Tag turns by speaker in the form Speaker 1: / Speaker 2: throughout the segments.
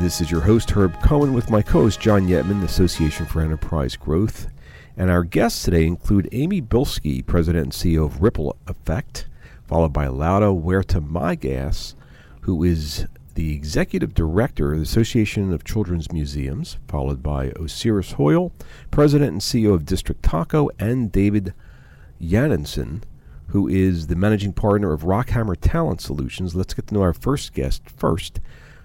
Speaker 1: This is your host, Herb Cohen, with my co host, John Yetman, Association for Enterprise Growth. And our guests today include Amy Bilski, President and CEO of Ripple Effect, followed by Lauda Huerta Mygas, who is the Executive Director of the Association of Children's Museums, followed by Osiris Hoyle, President and CEO of District Taco, and David Yaninson, who is the Managing Partner of Rockhammer Talent Solutions. Let's get to know our first guest first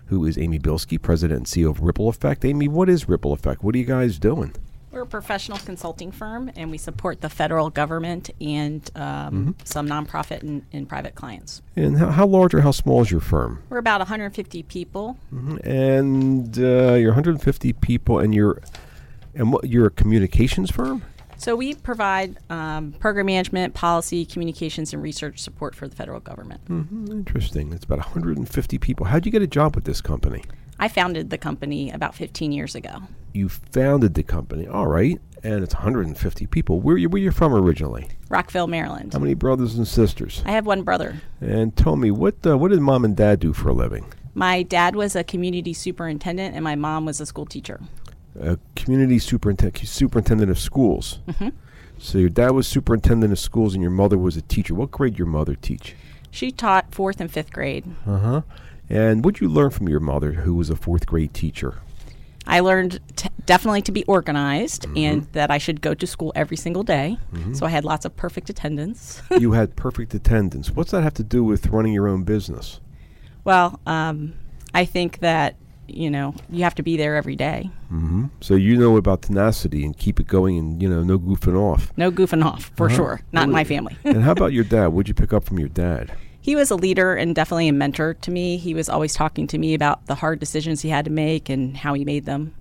Speaker 1: who is Amy Bilski, President and CEO of Ripple Effect. Amy, what is Ripple Effect? What are you guys doing?
Speaker 2: We're a professional consulting firm, and we support the federal government and
Speaker 1: Mm-hmm.
Speaker 2: um, some nonprofit and, and private clients.
Speaker 1: And how, how large or how small is your firm?
Speaker 2: We're about 150 people.
Speaker 1: Mm-hmm. And uh, you're 150 people, and you're and what you're a communications firm.
Speaker 2: So we provide um, program management, policy, communications, and research support for the federal government.
Speaker 1: Mm-hmm. Interesting. It's about 150 people. How'd you get a job with this company?
Speaker 2: I founded the company about 15 years ago.
Speaker 1: You founded the company, all right, and it's 150 people. Where you where you from originally?
Speaker 2: Rockville, Maryland.
Speaker 1: How many brothers and sisters?
Speaker 2: I have one brother.
Speaker 1: And tell me, what uh, what did mom and dad do for a living?
Speaker 2: My dad was a community superintendent, and my mom was a school teacher.
Speaker 1: a community superintendent superintendent of schools.
Speaker 2: Uh-huh. Mm-hmm.
Speaker 1: So your dad was superintendent of schools, and your mother was a teacher. What grade did your mother teach?
Speaker 2: She taught fourth and fifth grade.
Speaker 1: Uh huh. And what would you learn from your mother, who was a fourth grade teacher?
Speaker 2: I learned t- definitely to be organized and that I should go to school every single day. So I had lots of perfect attendance.
Speaker 1: you had perfect attendance. What's that have to do with running your own business?
Speaker 2: well, um, I think that, you know, you have to be there every day.
Speaker 1: So you know about tenacity and keep it going, and you know no goofing off.
Speaker 2: No goofing off, for
Speaker 1: Uh-huh.
Speaker 2: sure. Not in my family.
Speaker 1: and how about your dad? What'd you pick up from your dad?
Speaker 2: he was a leader and definitely a mentor to me. He was always talking to me about the hard decisions he had to make and how he made them.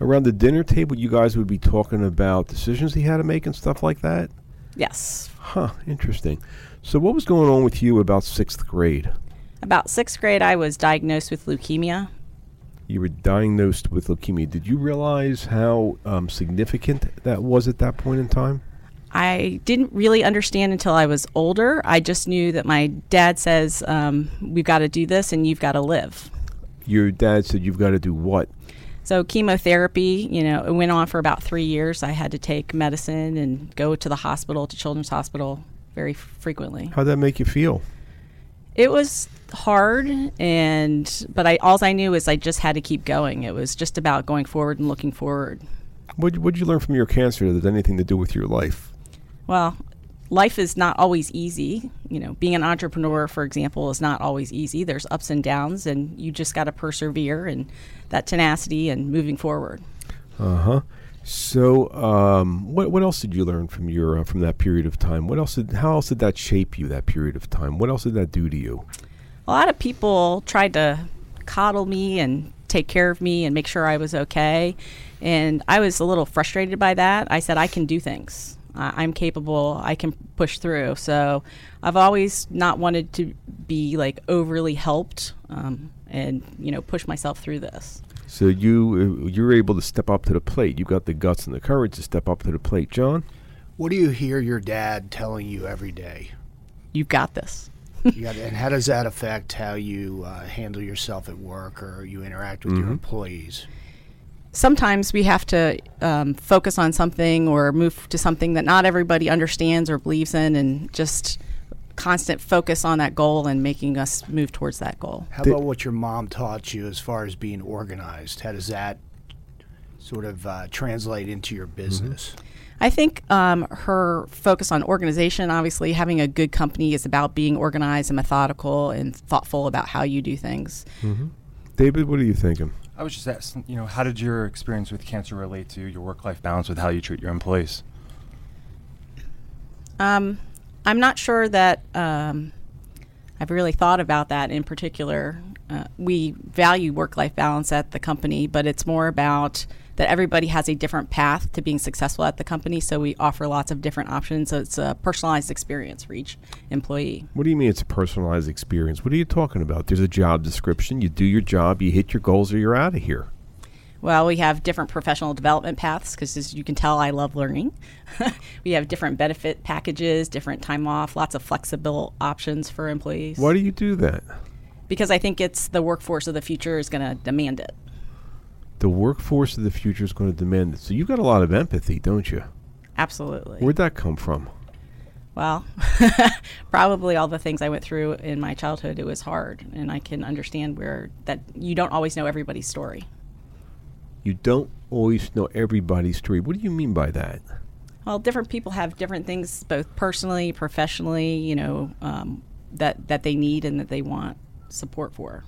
Speaker 1: Around the dinner table, you guys would be talking about decisions he had to make and stuff like that.
Speaker 2: Yes.
Speaker 1: Huh, interesting. So, what was going on with you about sixth grade?
Speaker 2: About sixth grade, I was diagnosed with leukemia.
Speaker 1: You were diagnosed with leukemia. Did you realize how um, significant that was at that point in time?
Speaker 2: I didn't really understand until I was older. I just knew that my dad says, um, We've got to do this and you've got to live.
Speaker 1: Your dad said you've got to do what?
Speaker 2: So, chemotherapy, you know, it went on for about three years. I had to take medicine and go to the hospital, to Children's Hospital, very frequently.
Speaker 1: How'd that make you feel?
Speaker 2: It was hard, and but I all I knew is I just had to keep going. It was just about going forward and looking forward.
Speaker 1: What What'd you learn from your cancer that had anything to do with your life?
Speaker 2: Well, life is not always easy. You know, being an entrepreneur, for example, is not always easy. There's ups and downs, and you just got to persevere and that tenacity and moving forward.
Speaker 1: Uh huh. So, um, what what else did you learn from your uh, from that period of time? What else did how else did that shape you? That period of time. What else did that do to you?
Speaker 2: A lot of people tried to coddle me and take care of me and make sure I was okay. And I was a little frustrated by that. I said, I can do things. I- I'm capable. I can push through. So I've always not wanted to be like overly helped um, and, you know, push myself through this.
Speaker 1: So you uh, you were able to step up to the plate. You got the guts and the courage to step up to the plate, John.
Speaker 3: What do you hear your dad telling you every day?
Speaker 2: You've got this.
Speaker 3: You got, and how does that affect how you uh, handle yourself at work or you interact with your employees?
Speaker 2: sometimes we have to um, focus on something or move to something that not everybody understands or believes in and just constant focus on that goal and making us move towards that goal
Speaker 3: How
Speaker 1: Did-
Speaker 3: about what your mom taught you as far as being organized? How does that sort of uh, translate into your business?
Speaker 2: i think um, her focus on organization obviously having a good company is about being organized and methodical and thoughtful about how you do things
Speaker 1: David, what are you thinking?
Speaker 4: I was just asking, you know, how did your experience with cancer relate to your work-life balance with how you treat your employees?
Speaker 2: um, i'm not sure that um, i've really thought about that in particular uh, we value work life balance at the company, but it's more about that everybody has a different path to being successful at the company. So we offer lots of different options. So it's a personalized experience for each employee.
Speaker 1: What do you mean it's a personalized experience? What are you talking about? There's a job description. You do your job, you hit your goals, or you're out of here.
Speaker 2: Well, we have different professional development paths because, as you can tell, I love learning. we have different benefit packages, different time off, lots of flexible options for employees.
Speaker 1: Why do you do that?
Speaker 2: Because I think it's the workforce of the future is going to demand it.
Speaker 1: The workforce of the future is going to demand it. So you've got a lot of empathy, don't you?
Speaker 2: Absolutely.
Speaker 1: Where'd that come from?
Speaker 2: well, probably all the things I went through in my childhood, it was hard. And I can understand where that you don't always know everybody's story.
Speaker 1: You don't always know everybody's story. What do you mean by that?
Speaker 2: Well, different people have different things, both personally, professionally, you know, um, that, that they need and that they want support for.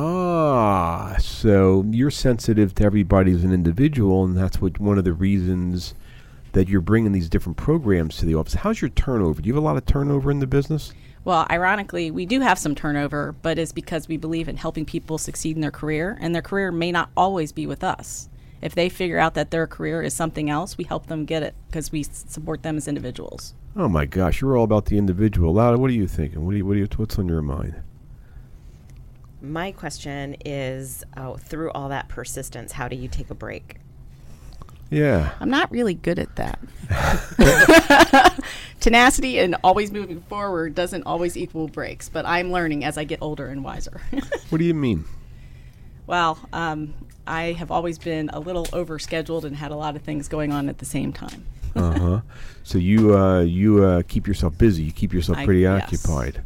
Speaker 1: Ah, so you're sensitive to everybody as an individual, and that's what one of the reasons that you're bringing these different programs to the office. How's your turnover? Do you have a lot of turnover in the business?
Speaker 2: Well, ironically, we do have some turnover, but it's because we believe in helping people succeed in their career, and their career may not always be with us. If they figure out that their career is something else, we help them get it because we s- support them as individuals.
Speaker 1: Oh my gosh, you're all about the individual. Lotta, what are you thinking? What do you, what do you, what's on your mind?
Speaker 5: My question is oh, through all that persistence, how do you take a break?
Speaker 1: Yeah.
Speaker 2: I'm not really good at that. Tenacity and always moving forward doesn't always equal breaks, but I'm learning as I get older and wiser.
Speaker 1: What do you mean?
Speaker 2: well, um, I have always been a little overscheduled and had a lot of things going on at the same time.
Speaker 1: Uh huh. so you uh, you uh, keep yourself busy. You keep yourself
Speaker 2: I-
Speaker 1: pretty
Speaker 2: yes.
Speaker 1: occupied,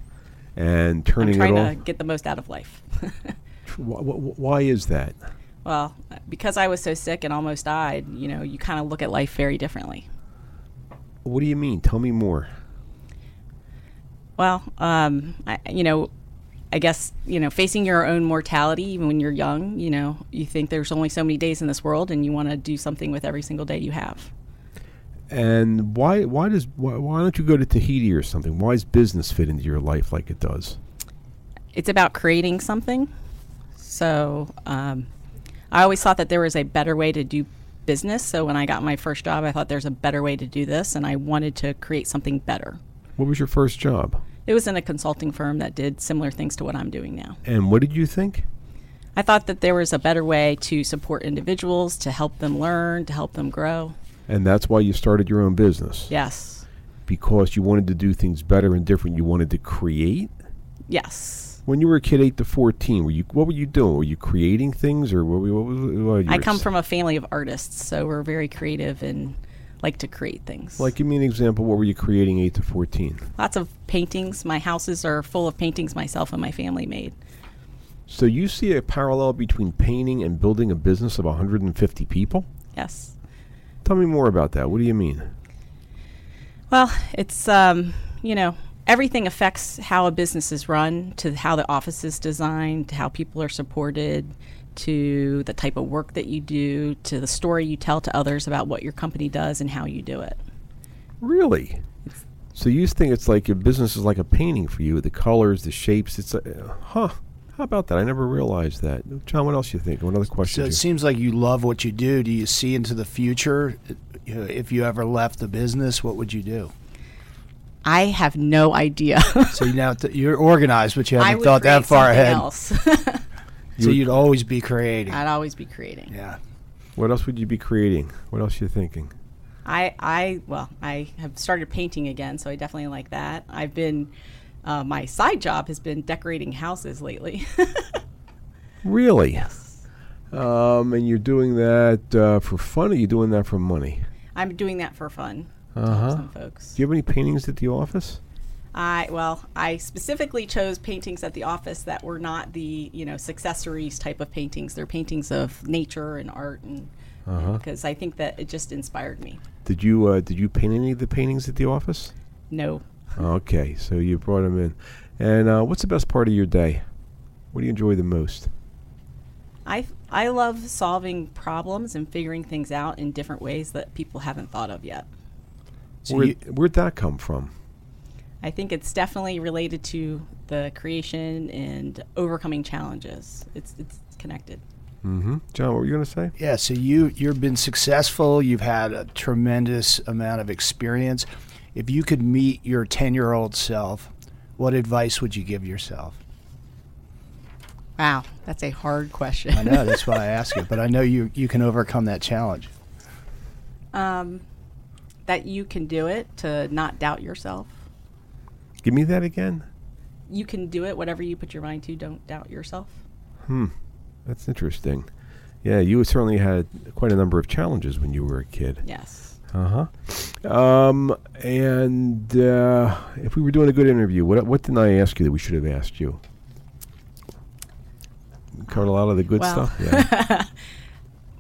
Speaker 1: and
Speaker 2: I'm
Speaker 1: turning it
Speaker 2: trying
Speaker 1: off.
Speaker 2: to get the most out of life.
Speaker 1: Wh- wh- wh- why is that?
Speaker 2: well, because I was so sick and almost died, you know, you kind of look at life very differently.
Speaker 1: What do you mean? Tell me more.
Speaker 2: Well, um, I, you know, I guess you know, facing your own mortality, even when you're young, you know, you think there's only so many days in this world, and you want to do something with every single day you have.
Speaker 1: And why why does why, why don't you go to Tahiti or something? Why does business fit into your life like it does?
Speaker 2: It's about creating something. So, um, I always thought that there was a better way to do business. So when I got my first job, I thought there's a better way to do this, and I wanted to create something better.
Speaker 1: What was your first job?
Speaker 2: It was in a consulting firm that did similar things to what I'm doing now.
Speaker 1: And what did you think?
Speaker 2: I thought that there was a better way to support individuals, to help them learn, to help them grow.
Speaker 1: And that's why you started your own business
Speaker 2: Yes.
Speaker 1: because you wanted to do things better and different. You wanted to create.
Speaker 2: Yes.
Speaker 1: When you were a kid, eight to fourteen, were you what were you doing? Were you creating things or what? were- what was, what you
Speaker 2: I
Speaker 1: were
Speaker 2: come
Speaker 1: s-
Speaker 2: from a family of artists, so we're very creative and like to create things.
Speaker 1: Like, give me an example. What were you creating eight to fourteen?
Speaker 2: lots of paintings. My houses are full of paintings myself and my family made.
Speaker 1: So you see a parallel between painting and building a business of 150 people.
Speaker 2: Yes.
Speaker 1: Tell me more about that. What do you mean?
Speaker 2: Well, it's um, you know, everything affects how a business is run, to how the office is designed, to how people are supported, to the type of work that you do, to the story you tell to others about what your company does and how you do it.
Speaker 1: Really? So you think it's like your business is like a painting for you, the colors, the shapes. It's like, uh, huh? How about that? I never realized that. John, what else you think? What other
Speaker 3: So
Speaker 1: question?
Speaker 3: it seems like you love what you do. Do you see into the future? You know, If you ever left the business, what would you do?
Speaker 2: I have no idea.
Speaker 3: So you now th- you're organized, but you
Speaker 2: I
Speaker 3: haven't
Speaker 2: would
Speaker 3: thought
Speaker 2: create
Speaker 3: that far
Speaker 2: something
Speaker 3: ahead.
Speaker 2: Else.
Speaker 3: So you'd always be creating.
Speaker 2: I'd always be creating.
Speaker 3: Yeah.
Speaker 1: what else would you be creating? What else you thinking?
Speaker 2: I, I, well, I have started painting again, so I definitely like that. I've been, uh, my side job has been decorating houses lately.
Speaker 1: Really? Um, and you're doing that uh, for fun, or you doing that for money?
Speaker 2: I'm doing that for fun. to help Some folks.
Speaker 1: Uh-huh. Do you have any paintings at the office?
Speaker 2: I well, I specifically chose paintings at the office that were not the you know successories type of paintings. They're paintings of nature and art, and
Speaker 3: Uh-huh.
Speaker 2: because I think that it just inspired me.
Speaker 1: Did you uh, did you paint any of the paintings at the office?
Speaker 2: No,
Speaker 1: Okay, so you brought them in. And uh, what's the best part of your day? What do you enjoy the most?
Speaker 2: I I love solving problems and figuring things out in different ways that people haven't thought of yet.
Speaker 3: So
Speaker 1: Where,
Speaker 3: you,
Speaker 1: would that come from?
Speaker 2: I think it's definitely related to the creation and overcoming challenges. It's it's connected.
Speaker 1: Mm-hmm. John, what were you going to say?
Speaker 3: Yeah, so you you've been successful. You've had a tremendous amount of experience. If you could meet your ten year old self, what advice would you give yourself?
Speaker 2: Wow, that's a hard question.
Speaker 3: I know that's why I ask it, but I know you you can overcome that challenge.
Speaker 2: um, that you can do it to not doubt yourself.
Speaker 1: Give me that again.
Speaker 2: You can do it, whatever you put your mind to. Don't doubt yourself.
Speaker 1: Hmm, That's interesting. Yeah, you certainly had quite a number of challenges when you were a kid.
Speaker 2: Yes.
Speaker 1: Uh huh. Um, and uh, if we were doing a good interview, what what didn't I ask you that we should have asked you? We Covered a lot of the good
Speaker 2: Well.
Speaker 1: stuff. Yeah.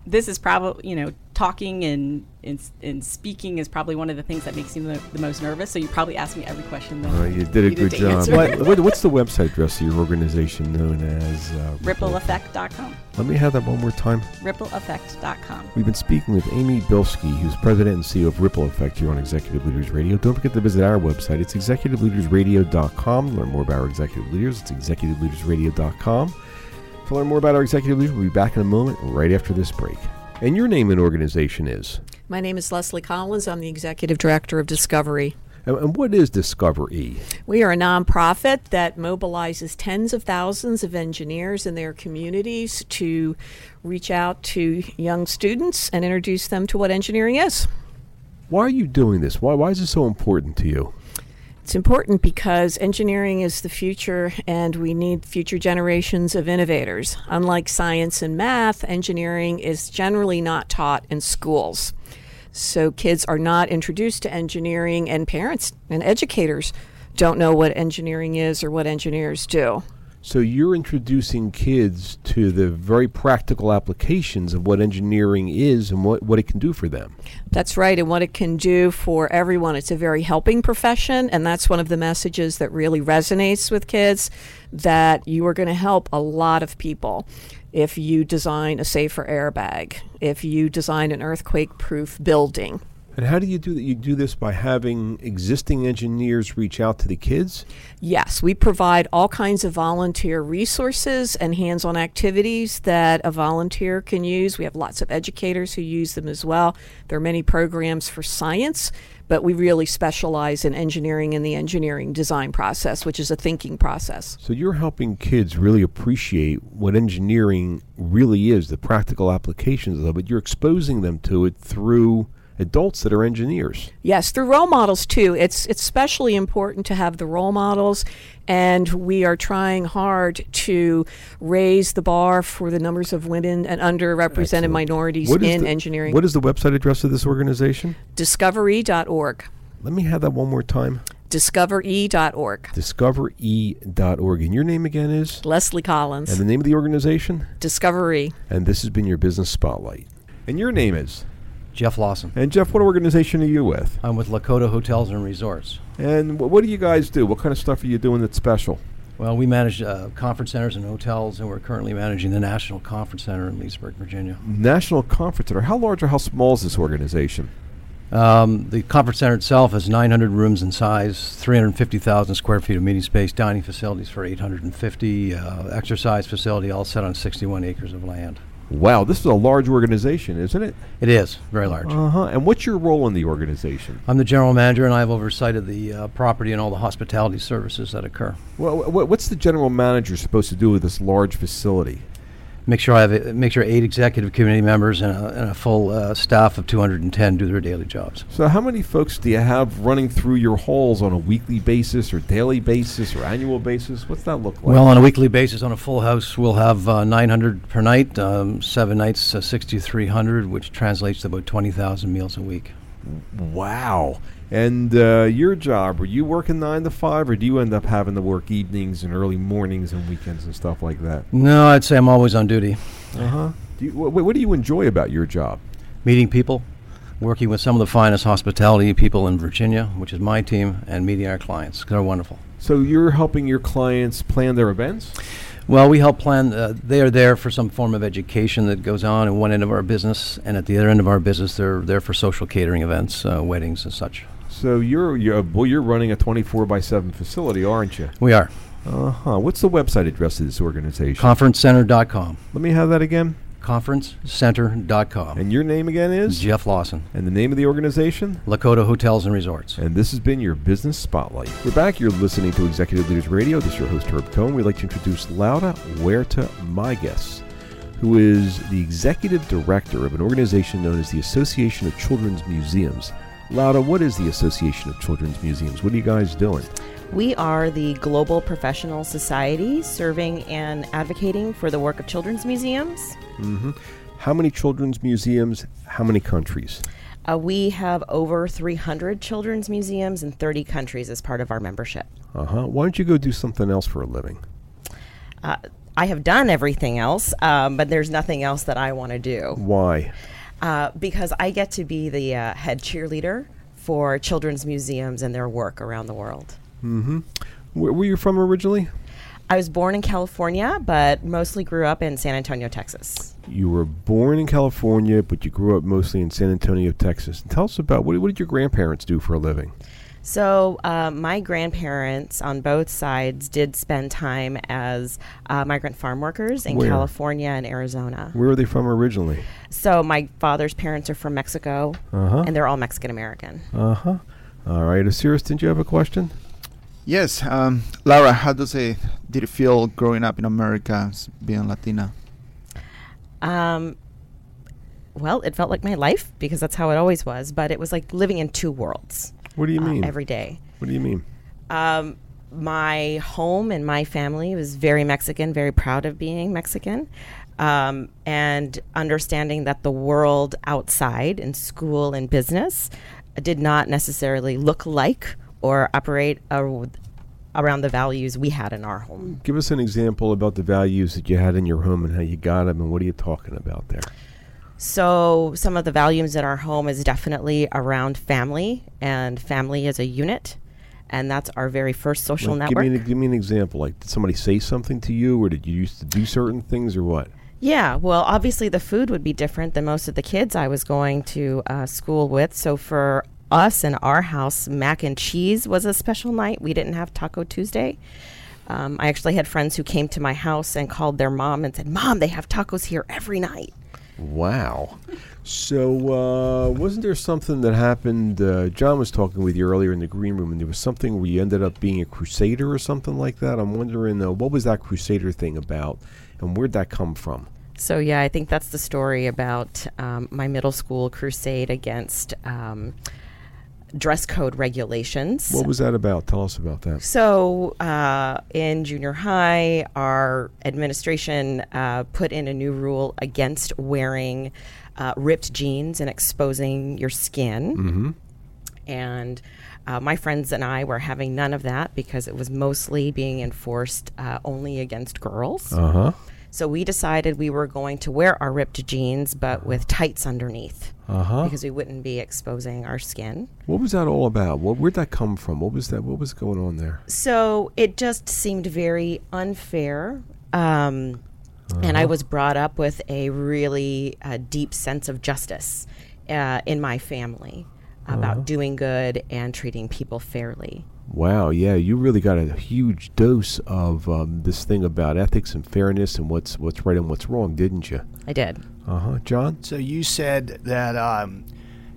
Speaker 2: This is probably you know talking and, and s- and speaking is probably one of the things that makes me the, the most nervous. So you probably asked me every question. That
Speaker 1: Uh,
Speaker 2: I
Speaker 1: you did a
Speaker 2: needed
Speaker 1: good
Speaker 2: to
Speaker 1: job.
Speaker 2: answer.
Speaker 1: What, what, what's the website address of your organization known as uh,
Speaker 2: Rippleeffect.com.
Speaker 1: Let me have that one more time.
Speaker 2: Rippleeffect.com.
Speaker 1: We've been speaking with Amy Bilski, who's president and CEO of Ripple Effect here on Executive Leaders Radio. Don't forget to visit our website. It's executiveleadersradio.com. To Learn more about our executive leaders. It's executiveleadersradio.com. To learn more about our executive leaders, we'll be back in a moment right after this break. And your name and organization is?
Speaker 6: My name is Leslie Collins. I'm the executive director of Discovery.
Speaker 1: And, and what is Discover E?
Speaker 6: We are a nonprofit that mobilizes tens of thousands of engineers in their communities to reach out to young students and introduce them to what engineering is.
Speaker 1: Why are you doing this? Why, why is this so important to you?
Speaker 6: It's important because engineering is the future and we need future generations of innovators. Unlike science and math, engineering is generally not taught in schools. So kids are not introduced to engineering, and parents and educators don't know what engineering is or what engineers do.
Speaker 1: So you're introducing kids to the very practical applications of what engineering is and what, what it can do for them.
Speaker 6: That's right, and what it can do for everyone. It's a very helping profession, and that's one of the messages that really resonates with kids that you are going to help a lot of people if you design a safer airbag, if you design an earthquake proof building.
Speaker 1: And how do you do that? You do this by having existing engineers reach out to the kids?
Speaker 6: Yes, we provide all kinds of volunteer resources and hands on activities that a volunteer can use. We have lots of educators who use them as well. There are many programs for science, but we really specialize in engineering and the engineering design process, which is a thinking process.
Speaker 1: So you're helping kids really appreciate what engineering really is, the practical applications of it. You're exposing them to it through adults that are engineers.
Speaker 6: Yes, through role models too. It's it's especially important to have the role models, and we are trying hard to raise the bar for the numbers of women and underrepresented
Speaker 1: Excellent.
Speaker 6: minorities
Speaker 1: What is
Speaker 6: in
Speaker 1: the-
Speaker 6: engineering.
Speaker 1: What is the website address of this organization?
Speaker 6: Discovery.org.
Speaker 1: Let me have that one more time.
Speaker 6: e discovere.org.
Speaker 1: Discovere.org. And your name again is?
Speaker 6: Leslie
Speaker 1: And
Speaker 6: Collins,
Speaker 1: the name of the organization?
Speaker 6: Discovery.
Speaker 1: And this has been your business spotlight. And your name is?
Speaker 7: Jeff Lawson.
Speaker 1: And Jeff, what organization are you with?
Speaker 7: I'm with Lakota Hotels and Resorts.
Speaker 1: And wh- what do you guys do? What kind of stuff are you doing that's special?
Speaker 7: Well, we manage uh, conference centers and hotels, and we're currently managing the National Conference Center in Leesburg, Virginia.
Speaker 1: National Conference Center. How large or how small is this organization?
Speaker 7: Um, the conference center itself is 900 rooms in size, 350,000 square feet of meeting space, dining facilities for 850, uh, exercise facility, all set on 61 acres of land.
Speaker 1: Wow, this is a large organization, isn't it?
Speaker 7: It is very large.
Speaker 1: Uh huh. And what's your role in the organization?
Speaker 7: I'm the general manager, and I've oversighted the uh, property and all the hospitality services that occur.
Speaker 1: Well, wh- what's the general manager supposed to do with this large facility?
Speaker 7: Make sure I have a, make sure eight executive committee members and a, and a full uh, staff of 210 do their daily jobs.
Speaker 1: So, how many folks do you have running through your halls on a weekly basis, or daily basis, or annual basis? What's that look like?
Speaker 7: Well, on a weekly basis, on a full house, we'll have uh, 900 per night, um, seven nights, uh, 6,300, which translates to about 20,000 meals a week.
Speaker 1: wow. And uh, your job, were you working nine to five, or do you end up having to work evenings and early mornings and weekends and stuff like that?
Speaker 7: No, I'd say I'm always on duty,
Speaker 1: Uh huh. Do you, wh- wh- what do you enjoy about your job?
Speaker 7: meeting people, working with some of the finest hospitality people in Virginia, which is my team, and meeting our clients. They're wonderful.
Speaker 1: So you're helping your clients plan their events?
Speaker 7: Well, we help plan. Uh, they are there for some form of education that goes on in one end of our business, and at the other end of our business, they're there for social catering events, uh, weddings, and such.
Speaker 1: S- So you're, you're well, you're running a 24 by 7 facility, aren't you?
Speaker 7: We are.
Speaker 1: Uh huh. What's the website address of this organization?
Speaker 7: Conferencecenter.com.
Speaker 1: Let me have that again.
Speaker 7: Conferencecenter.com.
Speaker 1: And your name again is
Speaker 7: Jeff Lawson,
Speaker 1: and the name of the organization.
Speaker 7: Lakota Hotels and Resorts.
Speaker 1: And this has been your Business Spotlight. We're back. You're listening to Executive Leaders Radio. This is your host, Herb Cohn. We'd like to introduce Lauda Huerta Migas, who is the Executive Director of an organization known as the Association of Children's Museums. Lauda, what is the Association of Children's Museums? What are you guys doing?
Speaker 5: We are the Global Professional Society serving and advocating for the work of children's museums.
Speaker 1: How many children's museums? How many countries?
Speaker 5: Uh, we have over 300 children's museums in 30 countries as part of our membership.
Speaker 1: Uh huh. Why don't you go do something else for a living?
Speaker 5: Uh, I have done everything else, um, but there's nothing else that I want to do
Speaker 1: Why?
Speaker 5: uh, because I get to be the uh, head cheerleader for children's museums and their work around the world.
Speaker 1: Where were you from originally?
Speaker 5: I was born in California, but mostly grew up in San Antonio, Texas.
Speaker 1: You were born in California, but you grew up mostly in San Antonio, Texas. Tell us about what, what did your grandparents do for a living?
Speaker 5: So, uh, my grandparents on both sides did spend time as uh, migrant farm workers in
Speaker 1: Where?
Speaker 5: California and Arizona.
Speaker 1: Where were they from originally?
Speaker 5: So, my father's parents are from Mexico,
Speaker 1: Uh-huh.
Speaker 5: and they're all Mexican American.
Speaker 1: Uh huh. All right, Osiris, didn't you have a question?
Speaker 8: Yes, um, Laura, how does it did it feel growing up in America, s- being Latina?
Speaker 5: Um, well, it felt like my life because that's how it always was, but it was like living in two worlds
Speaker 1: What do you
Speaker 5: uh,
Speaker 1: mean?
Speaker 5: every day.
Speaker 1: What do you mean?
Speaker 5: Um, my home and my family was very Mexican, very proud of being Mexican, um, and understanding that the world outside in school and business did not necessarily look like or operate ar- around the values we had in our home.
Speaker 1: Give us an example about the values that you had in your home and how you got them, and what are you talking about there?
Speaker 5: So, some of the values in our home is definitely around family and family as a unit. And that's our very first social
Speaker 1: Like, give
Speaker 5: network.
Speaker 1: me an, give me an example. Like, did somebody say something to you, or did you used to do certain things, or what?
Speaker 5: Yeah, well, obviously the food would be different than most of the kids I was going to uh, school with. So for us in our house, mac and cheese was a special night. We didn't have Taco Tuesday. Um, I actually had friends who came to my house and called their mom and said, "Mom, they have tacos here every night."
Speaker 1: Wow. So, uh, wasn't there something that happened? Uh, John was talking with you earlier in the green room, and there was something where you ended up being a crusader or something like that. I'm wondering uh, what was that crusader thing about, and where'd that come from?
Speaker 5: So yeah, I think that's the story about um, my middle school crusade against um, dress code regulations.
Speaker 1: What was that about? Tell us about that.
Speaker 5: So, uh, in junior high, our administration uh, put in a new rule against wearing uh, ripped jeans and exposing your skin. And uh, my friends and I were having none of that because it was mostly being enforced uh, only against girls.
Speaker 1: Uh huh.
Speaker 5: So, we decided we were going to wear our ripped jeans but with tights underneath
Speaker 1: Uh huh.
Speaker 5: because we wouldn't be exposing our skin.
Speaker 1: What was that all about? What, where'd that come from? What was that? What was going on there?
Speaker 5: so it just seemed very unfair. Um, And I was brought up with a really uh, deep sense of justice uh, in my family about doing good and treating people fairly.
Speaker 1: Wow, yeah, you really got a huge dose of um, this thing about ethics and fairness and what's what's right and what's wrong, didn't you?
Speaker 5: I did.
Speaker 1: Uh huh. John.
Speaker 3: So you said that um,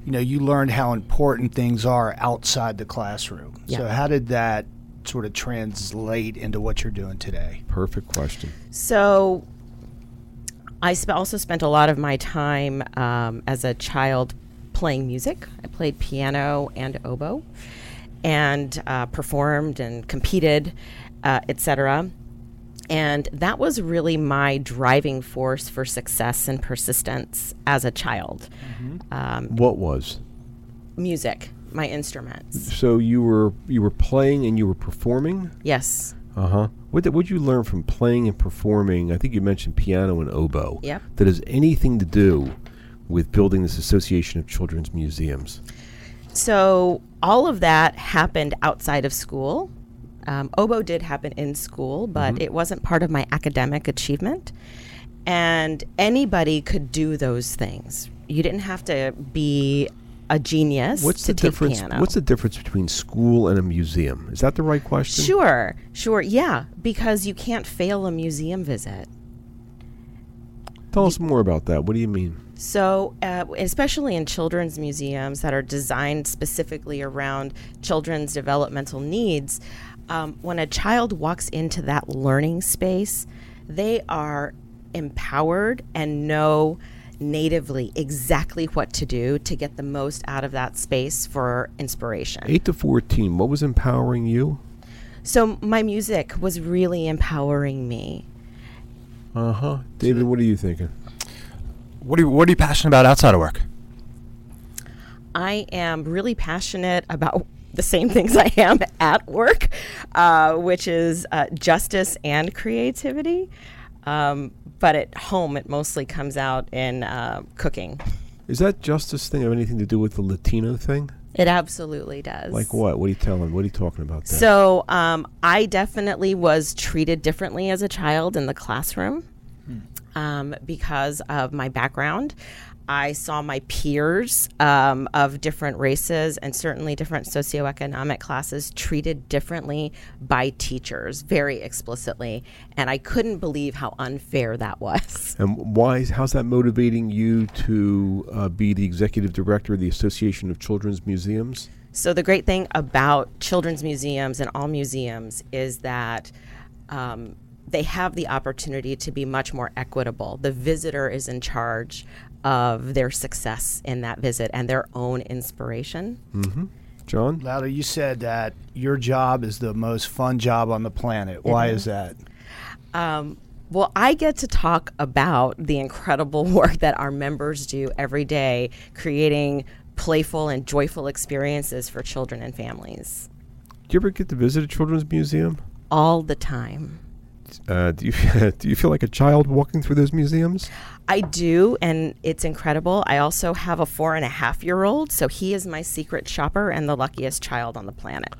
Speaker 3: you know you learned how important things are outside the classroom. So
Speaker 5: Yeah.
Speaker 3: how did that sort of translate into what you're doing today?
Speaker 1: Perfect question.
Speaker 5: So I sp- also spent a lot of my time um, as a child playing music. I played piano and oboe and uh, performed and competed, uh, etc. And that was really my driving force for success and persistence as a child. Um,
Speaker 1: What was?
Speaker 5: music, my instruments.
Speaker 1: So you were you were playing and you were performing.
Speaker 5: Yes.
Speaker 1: Uh huh. What did what you learn from playing and performing? I think you mentioned piano and oboe.
Speaker 5: Yep.
Speaker 1: That has anything to do with building this association of children's museums.
Speaker 5: So all of that happened outside of school. Um, oboe did happen in school, but
Speaker 1: Mm-hmm.
Speaker 5: it wasn't part of my academic achievement. And anybody could do those things. You didn't have to be a genius
Speaker 1: What's the
Speaker 5: to take
Speaker 1: difference?
Speaker 5: piano.
Speaker 1: What's the difference between school and a museum? Is that the right question?
Speaker 5: Sure, sure, yeah, because you can't fail a museum visit.
Speaker 1: Tell us more about that. What do you mean?
Speaker 5: So, uh, especially in children's museums that are designed specifically around children's developmental needs, um, when a child walks into that learning space, they are empowered and know natively exactly what to do to get the most out of that space for inspiration.
Speaker 1: Eight to fourteen. What was empowering you?
Speaker 5: So, my music was really empowering me.
Speaker 1: Uh huh. David, what are you thinking?
Speaker 4: What are you, what are you passionate about outside of work?
Speaker 5: I am really passionate about the same things I am at work, uh, which is uh, justice and creativity. Um, but at home, it mostly comes out in uh, cooking.
Speaker 1: Is that justice thing have anything to do with the Latino thing?
Speaker 5: It absolutely does.
Speaker 1: Like what? What are you telling? What are you talking about? There?
Speaker 5: So um, I definitely was treated differently as a child in the classroom um, because of my background. I saw my peers um, of different races and certainly different socioeconomic classes treated differently by teachers very explicitly. And I couldn't believe how unfair that was.
Speaker 1: and why? How's that motivating you to uh, be the executive director of the Association of Children's Museums?
Speaker 5: So the great thing about children's museums and all museums is that um, they have the opportunity to be much more equitable. The visitor is in charge of their success in that visit and their own inspiration.
Speaker 1: John,
Speaker 3: Lauda, you said that your job is the most fun job on the planet. Why is that?
Speaker 5: Um, well, I get to talk about the incredible work that our members do every day, creating playful and joyful experiences for children and families
Speaker 1: do you ever get to visit a children's museum?
Speaker 5: all the time.
Speaker 1: Uh, do you do you feel like a child walking through those museums?
Speaker 5: I do, and it's incredible. I also have a four and a half year old, so he is my secret shopper and the luckiest child on the planet.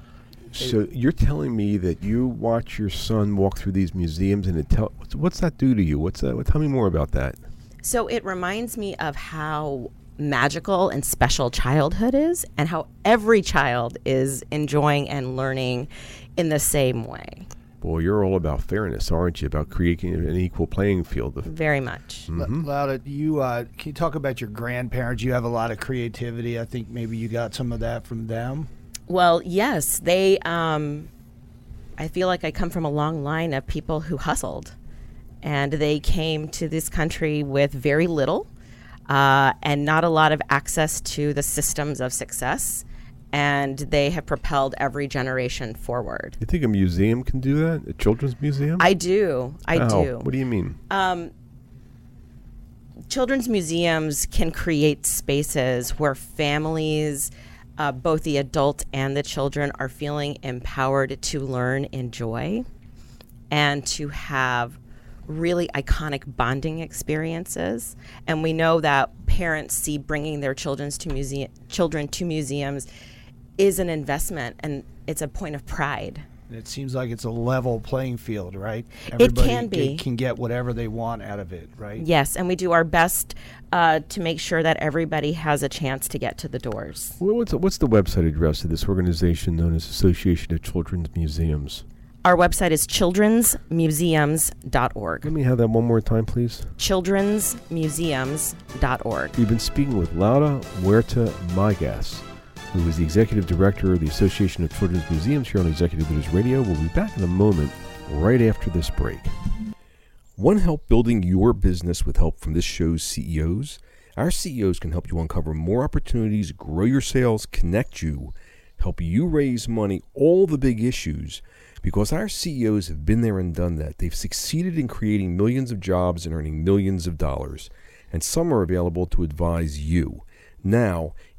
Speaker 1: So you're telling me that you watch your son walk through these museums and it tell what's, what's that do to you? What's that? Tell me more about that.
Speaker 5: So it reminds me of how magical and special childhood is, and how every child is enjoying and learning in the same way,
Speaker 1: Boy, you're all about fairness, aren't you? About creating an equal playing field. Of,
Speaker 5: very much.
Speaker 3: L- Lauda, you uh, can you talk about your grandparents? You have a lot of creativity. I think maybe you got some of that from them.
Speaker 5: Well, yes, they. Um, I feel like I come from a long line of people who hustled, and they came to this country with very little, uh, and not a lot of access to the systems of success, and they have propelled every generation forward.
Speaker 1: you think a museum can do that? A children's museum?
Speaker 5: I do. I
Speaker 1: How?
Speaker 5: do.
Speaker 1: What do you mean?
Speaker 5: Um, children's museums can create spaces where families, uh, both the adult and the children, are feeling empowered to learn and joy and to have really iconic bonding experiences. And we know that parents see bringing their children's to muse- children to museums is an investment and it's a point of pride.
Speaker 3: And it seems like it's a level playing field, right?
Speaker 5: can
Speaker 3: g-
Speaker 5: be.
Speaker 3: Can get whatever they want out of it, right?
Speaker 5: Yes, and we do our best uh, to make sure that everybody has a chance to get to the doors.
Speaker 1: Wha- What's the, what's the website address of this organization known as Association of Children's Museums?
Speaker 5: Our website is childrensmuseums.org.
Speaker 1: Let me have that one more time, please.
Speaker 5: Childrensmuseums.org.
Speaker 1: We've been speaking with Laura Huerta Magas, who is the executive director of the Association of Children's Museums here on Executive Leaders Radio. We'll be back in a moment, right after this break.
Speaker 9: Want to help building your business with help from this show's CEOs? Our CEOs can help you uncover more opportunities, grow your sales, connect you, help you raise money, all the big issues. Because our CEOs have been there and done that. They've succeeded in creating millions of jobs and earning millions of dollars. And some are available to advise you. Now,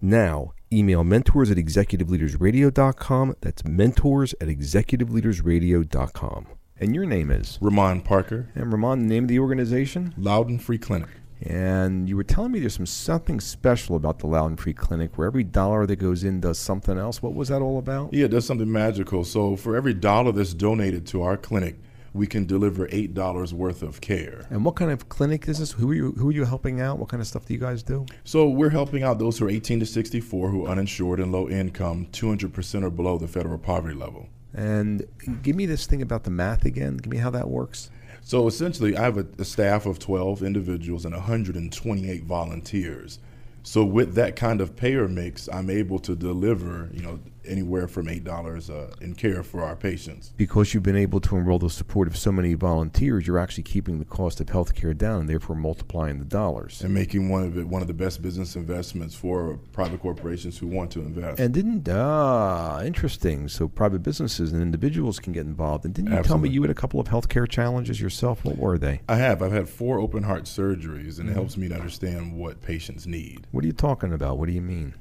Speaker 1: Now, email mentors at executiveleadersradio.com. That's mentors at executiveleadersradio.com. And your name is?
Speaker 10: Ramon Parker.
Speaker 1: And Ramon, the name of the organization?
Speaker 10: Loudon Free Clinic.
Speaker 1: And you were telling me there's some something special about the Loudon Free Clinic where every dollar that goes in does something else. What was that all about?
Speaker 10: Yeah, there's something magical. So for every dollar that's donated to our clinic, we can deliver eight dollars worth of care.
Speaker 1: And what kind of clinic is this? Who are you who are you helping out? What kind of stuff do you guys do?
Speaker 10: So we're helping out those who are 18 to 64 who are uninsured and low income, 200% or below the federal poverty level.
Speaker 1: And give me this thing about the math again. Give me how that works.
Speaker 10: So essentially, I have a, a staff of 12 individuals and 128 volunteers. So with that kind of payer mix, I'm able to deliver, you know, anywhere from eight dollars uh, in care for our patients.
Speaker 1: Because you've been able to enroll the support of so many volunteers, you're actually keeping the cost of healthcare down and therefore multiplying the dollars.
Speaker 10: and making one of the, one of the best business investments for private corporations who want to invest.
Speaker 1: And didn't ah interesting. So private businesses and individuals can get involved. And didn't you tell me
Speaker 10: Absolutely.
Speaker 1: you had a couple of healthcare challenges yourself? What were they?
Speaker 10: I have. I've had four open heart surgeries, and
Speaker 1: Mhm.
Speaker 10: it helps me to understand what patients need.
Speaker 1: What are you talking about? What do you mean?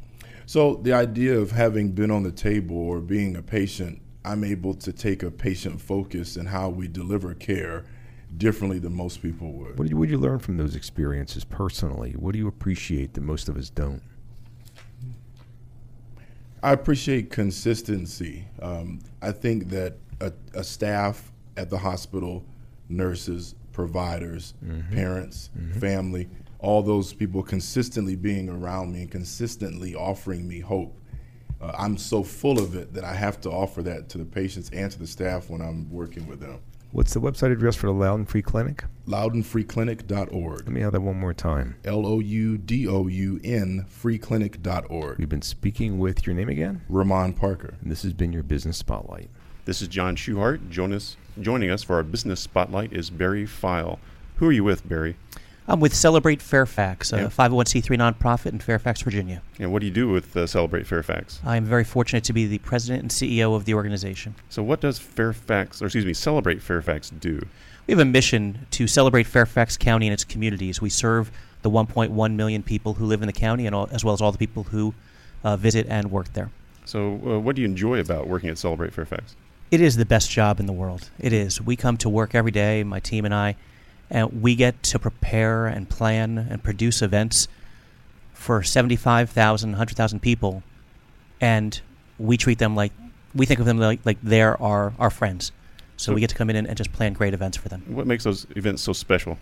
Speaker 10: So the idea of having been on the table or being a patient, I'm able to take a patient focus in how we deliver care differently than most people would.
Speaker 1: What did you, what did you learn from those experiences personally? What do you appreciate that most of us don't?
Speaker 10: I appreciate consistency. Um, I think that a, a staff at the hospital, nurses, providers,
Speaker 1: Mm-hmm.
Speaker 10: parents, family, all those people consistently being around me and consistently offering me hope. Uh, I'm so full of it that I have to offer that to the patients and to the staff when I'm working with them.
Speaker 1: What's the website address for the Loudon Free Clinic?
Speaker 10: LoudonFreeClinic.org. Let
Speaker 1: me have that one more time.
Speaker 10: L O U D O U N freeclinic.org.
Speaker 1: We've been speaking with your name again?
Speaker 10: Ramon Parker.
Speaker 1: And this has been your business spotlight.
Speaker 11: This is John Schuhart. Jonas, joining us for our business spotlight is Barry File. Who are you with, Barry?
Speaker 12: I'm with Celebrate Fairfax,
Speaker 11: Yeah.
Speaker 12: a 501c3 nonprofit in Fairfax, Virginia.
Speaker 11: And what do you do with uh, Celebrate Fairfax?
Speaker 12: I am very fortunate to be the president and CEO of the organization.
Speaker 11: So, what does Fairfax, or excuse me, Celebrate Fairfax do?
Speaker 12: We have a mission to celebrate Fairfax County and its communities. We serve the 1.1 million people who live in the county, and all, as well as all the people who uh, visit and work there.
Speaker 11: So, uh, what do you enjoy about working at Celebrate Fairfax?
Speaker 12: It is the best job in the world. It is. We come to work every day, my team and I, and we get to prepare and plan and produce events for 75,000, 100,000 people. And we treat them like, we think of them like, like they're our, our friends. So,
Speaker 11: So-
Speaker 12: we get to come in and, and just plan great events for them.
Speaker 11: What makes those events so special?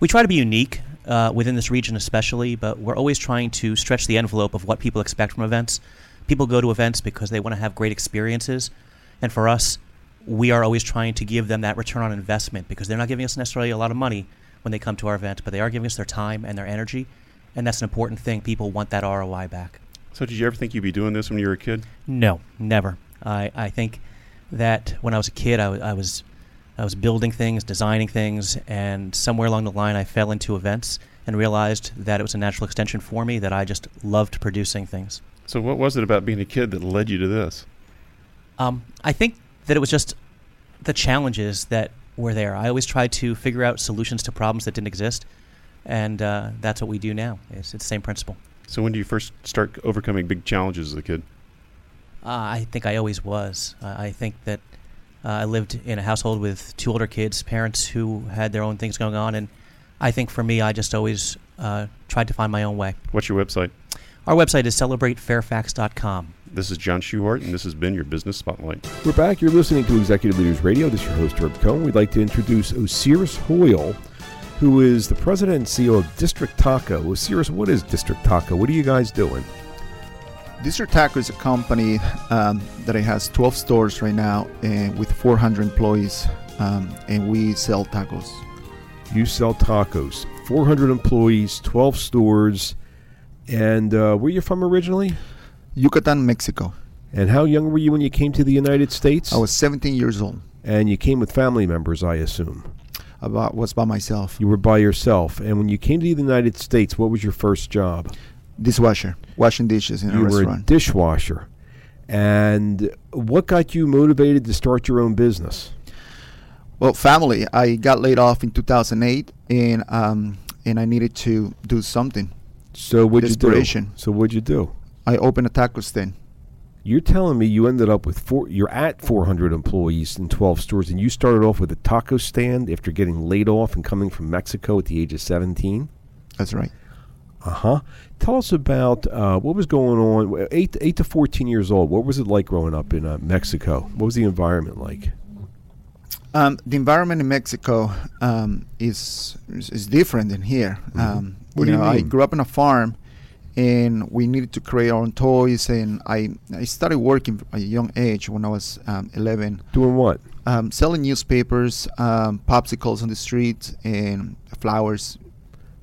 Speaker 12: We try to be unique uh, within this region, especially, but we're always trying to stretch the envelope of what people expect from events. People go to events because they want to have great experiences, and for us, we are always trying to give them that return on investment because they're not giving us necessarily a lot of money when they come to our event, but they are giving us their time and their energy, and that's an important thing. People want that ROI back.
Speaker 11: So, did you ever think you'd be doing this when you were a kid?
Speaker 12: No, never. I, I think that when I was a kid, I, w- I was I was building things, designing things, and somewhere along the line, I fell into events and realized that it was a natural extension for me. That I just loved producing things.
Speaker 11: So, what was it about being a kid that led you to this?
Speaker 12: Um, I think that it was just the challenges that were there. I always tried to figure out solutions to problems that didn't exist, and uh, that's what we do now. It's, it's the same principle.
Speaker 11: So, when do you first start overcoming big challenges as a kid?
Speaker 12: Uh, I think I always was. Uh, I think that uh, I lived in a household with two older kids, parents who had their own things going on, and I think for me, I just always uh, tried to find my own way.
Speaker 11: What's your website?
Speaker 12: Our website is celebratefairfax.com.
Speaker 11: This is John Schuhart, and this has been your business spotlight.
Speaker 1: We're back. You're listening to Executive Leaders Radio. This is your host, Herb Cohen. We'd like to introduce Osiris Hoyle, who is the president and CEO of District Taco. Osiris, what is District Taco? What are you guys doing?
Speaker 8: District Taco is a company um, that it has 12 stores right now and with 400 employees, um, and we sell tacos.
Speaker 1: You sell tacos. 400 employees, 12 stores. And uh, where are you from originally?
Speaker 8: Yucatan, Mexico.
Speaker 1: And how young were you when you came to the United States?
Speaker 8: I was 17 years old.
Speaker 1: And you came with family members, I assume.
Speaker 8: About was by myself.
Speaker 1: You were by yourself. And when you came to the United States, what was your first job?
Speaker 8: Dishwasher, washing dishes in
Speaker 1: you
Speaker 8: a
Speaker 1: were a
Speaker 8: restaurant.
Speaker 1: dishwasher. And what got you motivated to start your own business?
Speaker 8: Well, family. I got laid off in 2008, and um, and I needed to do something.
Speaker 1: So what'd you do?
Speaker 8: Desperation.
Speaker 1: So what'd you do?
Speaker 8: I opened a taco stand.
Speaker 1: You're telling me you ended up with four. You're at 400 employees in 12 stores, and you started off with a taco stand after getting laid off and coming from Mexico at the age of 17.
Speaker 8: That's right.
Speaker 1: Uh huh. Tell us about uh, what was going on. Eight, eight to 14 years old. What was it like growing up in uh, Mexico? What was the environment like?
Speaker 8: Um, the environment in Mexico um, is, is is different than here.
Speaker 1: Mhm.
Speaker 8: Um,
Speaker 1: What do
Speaker 8: you
Speaker 1: you
Speaker 8: know, I
Speaker 1: mean?
Speaker 8: grew up on a farm, and we needed to create our own toys. And I I started working at a young age when I was um, 11.
Speaker 1: Doing what?
Speaker 8: Um, selling newspapers, um, popsicles on the street, and flowers.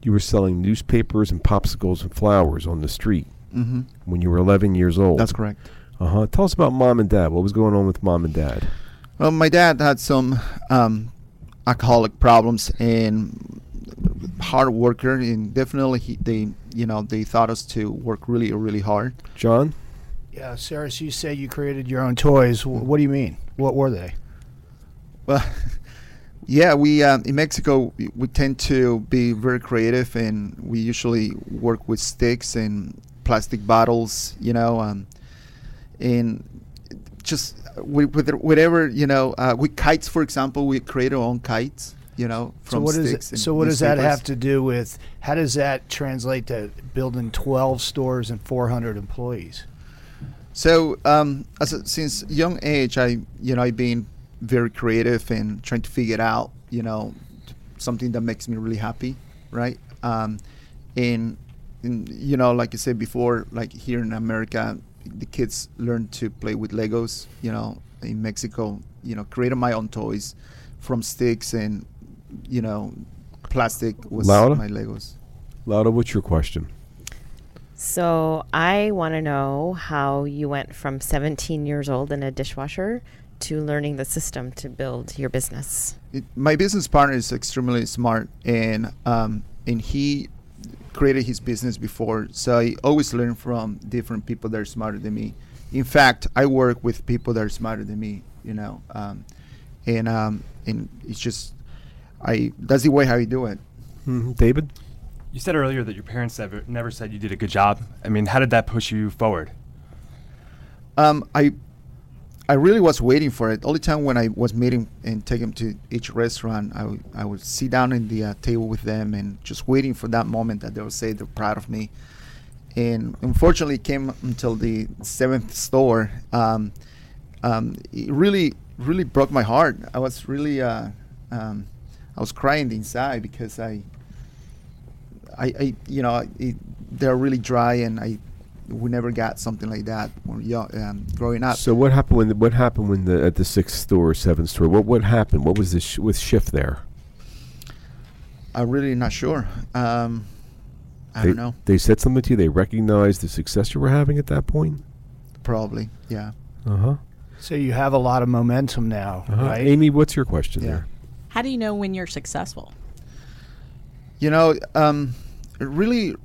Speaker 1: You were selling newspapers and popsicles and flowers on the street
Speaker 8: Mhm.
Speaker 1: when you were 11 years old.
Speaker 8: That's correct.
Speaker 1: Uh huh. Tell us about mom and dad. What was going on with mom and dad?
Speaker 8: Well, my dad had some um, alcoholic problems and hard worker, and definitely he, they, you know, they thought us to work really, really hard.
Speaker 1: John,
Speaker 3: Yeah, Sarah, so you say you created your own toys. Wh- What do you mean? What were they?
Speaker 8: Well, yeah, we um, in Mexico we- we tend to be very creative, and we usually work with sticks and plastic bottles, you know, um, and just with, with whatever you know, uh, with kites, for example, we create our own kites, you know,
Speaker 3: So
Speaker 8: from
Speaker 3: what is it,
Speaker 8: sticks. and
Speaker 3: so what does that
Speaker 8: newspapers.
Speaker 3: have to do with? How does that translate to building 12 stores and 400 employees?
Speaker 8: So, um, as a, since young age, I you know I've been very creative and trying to figure out you know t- something that makes me really happy, right? Um, and, and you know, like I said before, like here in America, the kids learn to play with Legos. You know, in Mexico, you know, created my own toys from sticks and you know plastic was
Speaker 1: Laura?
Speaker 8: my Legos.
Speaker 1: Lauda, what's your question?
Speaker 5: So I want to know how you went from 17 years old and a dishwasher to learning the system to build your business.
Speaker 8: it, my business partner is extremely smart and um, and he created his business before so i always learn from different people that are smarter than me in fact i work with people that are smarter than me you know um, and um, and it's just i that's the way how you do it
Speaker 1: david
Speaker 4: You said earlier that your parents never, never said you did a good job. I mean, how did that push you forward?
Speaker 8: Um, I I really was waiting for it. Only time when I was meeting and take him to each restaurant, I would- I would sit down in the uh, table with them and just waiting for that moment that they would say they're proud of me. And unfortunately, it came until the seventh store. Um, um, it really, really broke my heart. I was really, uh, um, I was crying inside because I, I, I you know, it, they're really dry, and I, we never got something like that when young, um, growing up.
Speaker 1: So what happened when the, what happened when the at the sixth store, seventh store? What what happened? What was this sh- with shift there?
Speaker 8: I'm really not sure. Um, I
Speaker 1: they,
Speaker 8: don't know.
Speaker 1: They said something to you. They recognized the success you were having at that point.
Speaker 8: Probably, yeah.
Speaker 1: Uh huh.
Speaker 3: So you have a lot of momentum now, right?
Speaker 1: Uh-huh. Amy, what's your question
Speaker 3: Yeah.
Speaker 1: there?
Speaker 2: How do you know when you're successful?
Speaker 8: You know, um, really,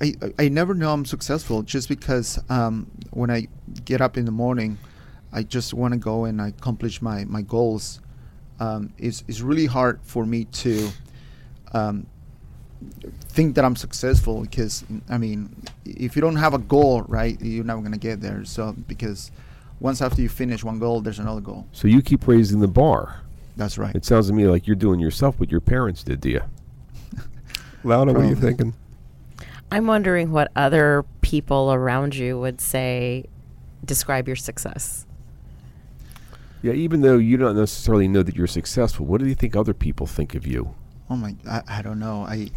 Speaker 8: I, I- I never know I'm successful just because um, when I get up in the morning, I just want to go and accomplish my, my goals. Um, it's, it's really hard for me to um, think that I'm successful because, I mean, if you don't have a goal, right, you're never going to get there. So, because once after you finish one goal, there's another goal.
Speaker 1: So you keep raising the bar.
Speaker 8: That's right.
Speaker 1: It sounds to me like you're doing yourself what your parents did to you. Laura, what are you
Speaker 8: Probably.
Speaker 1: thinking?
Speaker 5: I'm wondering what other people around you would say describe your success.
Speaker 1: Yeah, even though you don't necessarily know that you're successful, what do you think other people think of you?
Speaker 8: Oh my, I, I don't know. I,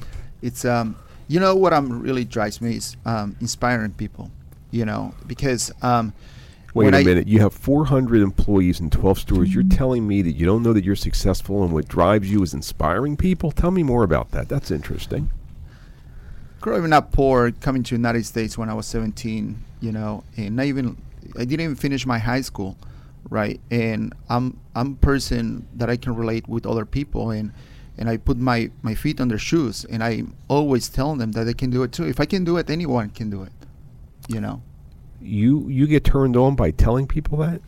Speaker 8: it's um, you know what I'm really drives me is um, inspiring people, you know, because um,
Speaker 1: Wait
Speaker 8: when
Speaker 1: a
Speaker 8: I-
Speaker 1: minute. You have 400 employees in 12 stores. You're telling me that you don't know that you're successful and what drives you is inspiring people? Tell me more about that. That's interesting.
Speaker 8: growing up poor, coming to United States when I was 17, you know, and not even I didn't even finish my high school, right? And I'm I'm a person that I can relate with other people and and I put my my feet on their shoes and I always tell them that they can do it too. If I can do it, anyone can do it, you know.
Speaker 1: You you get turned on by telling people that?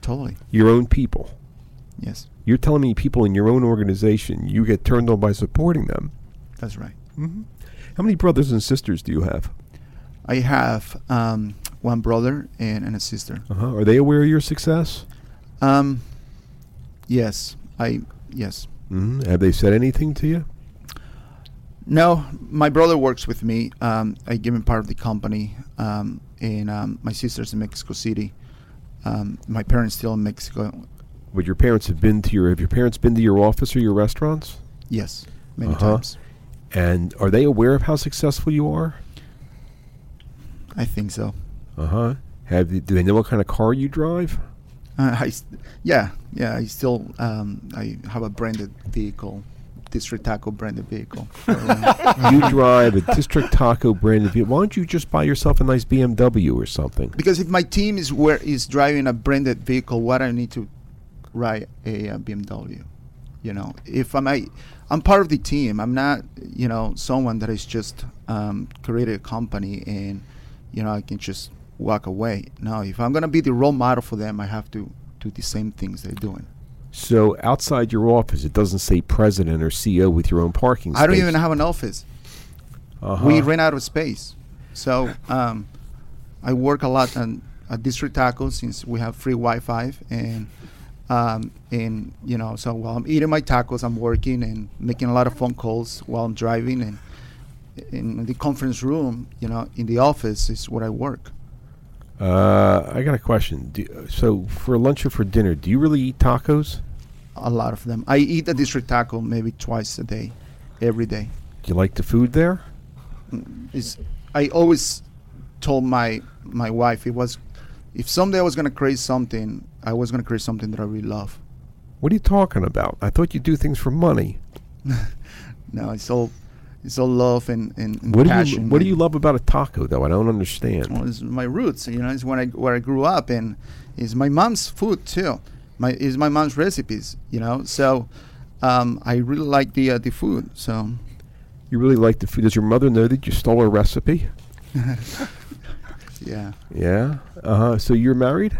Speaker 8: Totally.
Speaker 1: Your own people.
Speaker 8: Yes,
Speaker 1: You're telling me people in your own organization, you get turned on by supporting them.
Speaker 8: that's right.
Speaker 1: How many brothers and sisters do you have?
Speaker 8: I have um, one brother and, and a sister.
Speaker 1: Uh-huh. Are they aware of your success?
Speaker 8: Um, yes, I yes.
Speaker 1: Mhm. Have they said anything to you?
Speaker 8: No, my brother works with me. Um, I give him part of the company, um, and um, my sister's in Mexico City. Um, my parents still in Mexico.
Speaker 1: Would your parents have been to your Have your parents been to your office or your restaurants?
Speaker 8: Yes, many
Speaker 1: Uh-huh.
Speaker 8: times.
Speaker 1: And are they aware of how successful you are?
Speaker 8: I think so.
Speaker 1: Uh huh. Have they, do they know what kind of car you drive?
Speaker 8: Uh, I s yeah, yeah. I still um, I have a branded vehicle, District Taco branded vehicle. Uh-huh.
Speaker 1: you drive a District Taco branded vehicle. Why don't you just buy yourself a nice BMW or something?
Speaker 8: because if my team is where is driving a branded vehicle, why do I need to ride a, uh BMW? You know, if I'm I, I'm part of the team. I'm not you know someone that is just um, created a company and you know I can just walk away. No, if I'm gonna be the role model for them, I have to do the same things they're doing.
Speaker 1: So outside your office, it doesn't say president or CEO with your own parking space.
Speaker 8: I don't even have an office.
Speaker 1: Uh-huh.
Speaker 8: We ran out of space. So um, I work a lot on at District Taco since we have free Wi-Fi and um, and you know so while I'm eating my tacos, I'm working and making a lot of phone calls while I'm driving and in the conference room, you know, in the office is where I work.
Speaker 1: Uh, I got a question. Do, so for lunch or for dinner, do you really eat tacos?
Speaker 8: A lot of them. I eat at District Taco maybe twice a day, every day.
Speaker 1: Do you like the food there?
Speaker 8: is I always told my my wife it was if someday I was gonna create something, I was gonna create something that I really love.
Speaker 1: What are you talking about? I thought you do things for money.
Speaker 8: No, it's all it's all love and, and, and
Speaker 1: What do you
Speaker 8: passion.
Speaker 1: What do you love about a taco though? I don't understand.
Speaker 8: Well, it's my roots, you know, it's when I where I grew up and it's my mom's food too. My is my mom's recipes, you know. So um, I really like the uh, the food. So
Speaker 1: You really like the food. Does your mother know that you stole her recipe?
Speaker 8: yeah,
Speaker 1: Yeah. Uh huh. So you're married?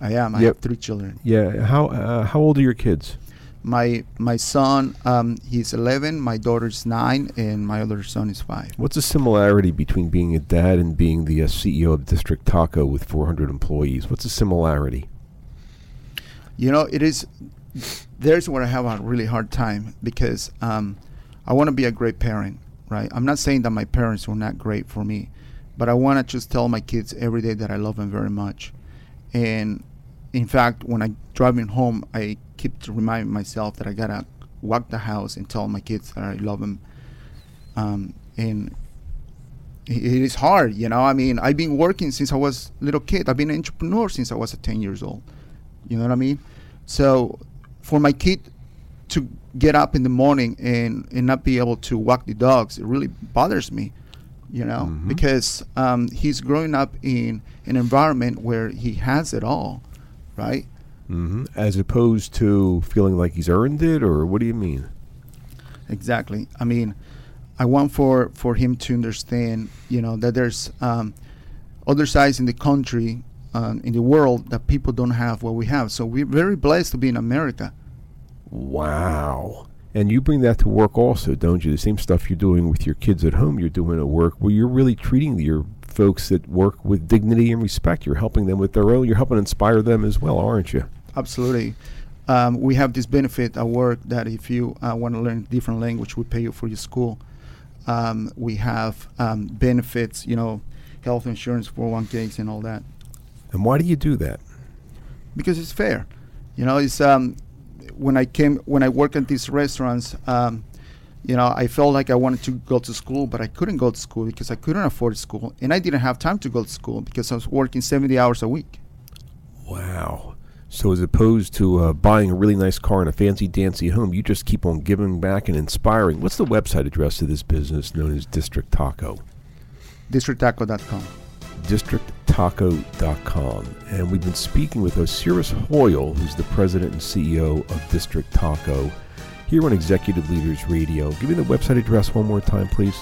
Speaker 8: I am. I
Speaker 1: Yep.
Speaker 8: have three children.
Speaker 1: Yeah. How uh, How old are your kids?
Speaker 8: My my son, um, he's 11. My daughter's nine, and my other son is five.
Speaker 1: What's the similarity between being a dad and being the uh, CEO of District Taco with 400 employees? What's the similarity?
Speaker 8: You know, it is. There's where I have a really hard time because um, I want to be a great parent, right? I'm not saying that my parents were not great for me, but I want to just tell my kids every day that I love them very much. And in fact, when I driving home, I keep to remind myself that I gotta walk the house and tell my kids that I love them. Um, and i- it is hard, you know. I mean, I've been working since I was a little kid. I've been an entrepreneur since I was 10 years old. You know what I mean? So for my kid to get up in the morning and, and not be able to walk the dogs, it really bothers me, you know, because um, he's growing up in an environment where he has it all, right?
Speaker 1: hmm As opposed to feeling like he's earned it, or what do you mean?
Speaker 8: Exactly. I mean, I want for for him to understand, you know, that there's um, other sides in the country, um, in the world that people don't have what we have. So we're very blessed to be in America.
Speaker 1: Wow. And you bring that to work also, don't you? The same stuff you're doing with your kids at home, you're doing at work where you're really treating your folks that work with dignity and respect. You're helping them with their own, you're helping inspire them as well, aren't you?
Speaker 8: Absolutely. Um, we have this benefit at work that if you uh, want to learn different language, we pay you for your school. Um, we have um, benefits, you know, health insurance, 401ks, and all that.
Speaker 1: And why do you do that?
Speaker 8: because it's fair. You know, it's um, when I came when I worked at these restaurants, um, you know, I felt like I wanted to go to school, but I couldn't go to school because I couldn't afford school, and I didn't have time to go to school because I was working seventy hours a week.
Speaker 1: Wow. So as opposed to uh, buying a really nice car and a fancy dancy home, you just keep on giving back and inspiring. What's the website address of this business known as District Taco?
Speaker 8: DistrictTaco.com.
Speaker 1: DistrictTaco.com. And we've been speaking with Osiris Hoyle, who's the president and CEO of District Taco, here on Executive Leaders Radio. Give me the website address one more time, please.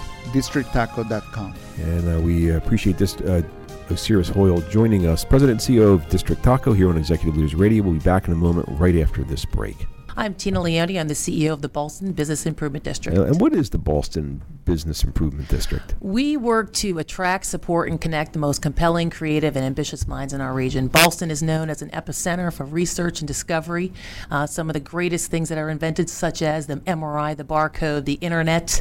Speaker 8: DistrictTaco.com.
Speaker 1: And uh, we appreciate this. Uh, Osiris Hoyle E joining us, President and CEO of District Taco here on Executive Leaders Radio. We'll be back in a moment right after this break.
Speaker 13: I'm Tina Leone. I'm the CEO of the Boston Business Improvement District.
Speaker 1: And and what is the Boston Business Improvement District?
Speaker 13: We work to attract, support, and connect the most compelling, creative, and ambitious minds in our region. Boston is known as an epicenter for research and discovery. Uh, some of the greatest things that are invented, such as the MRI, the barcode, the internet,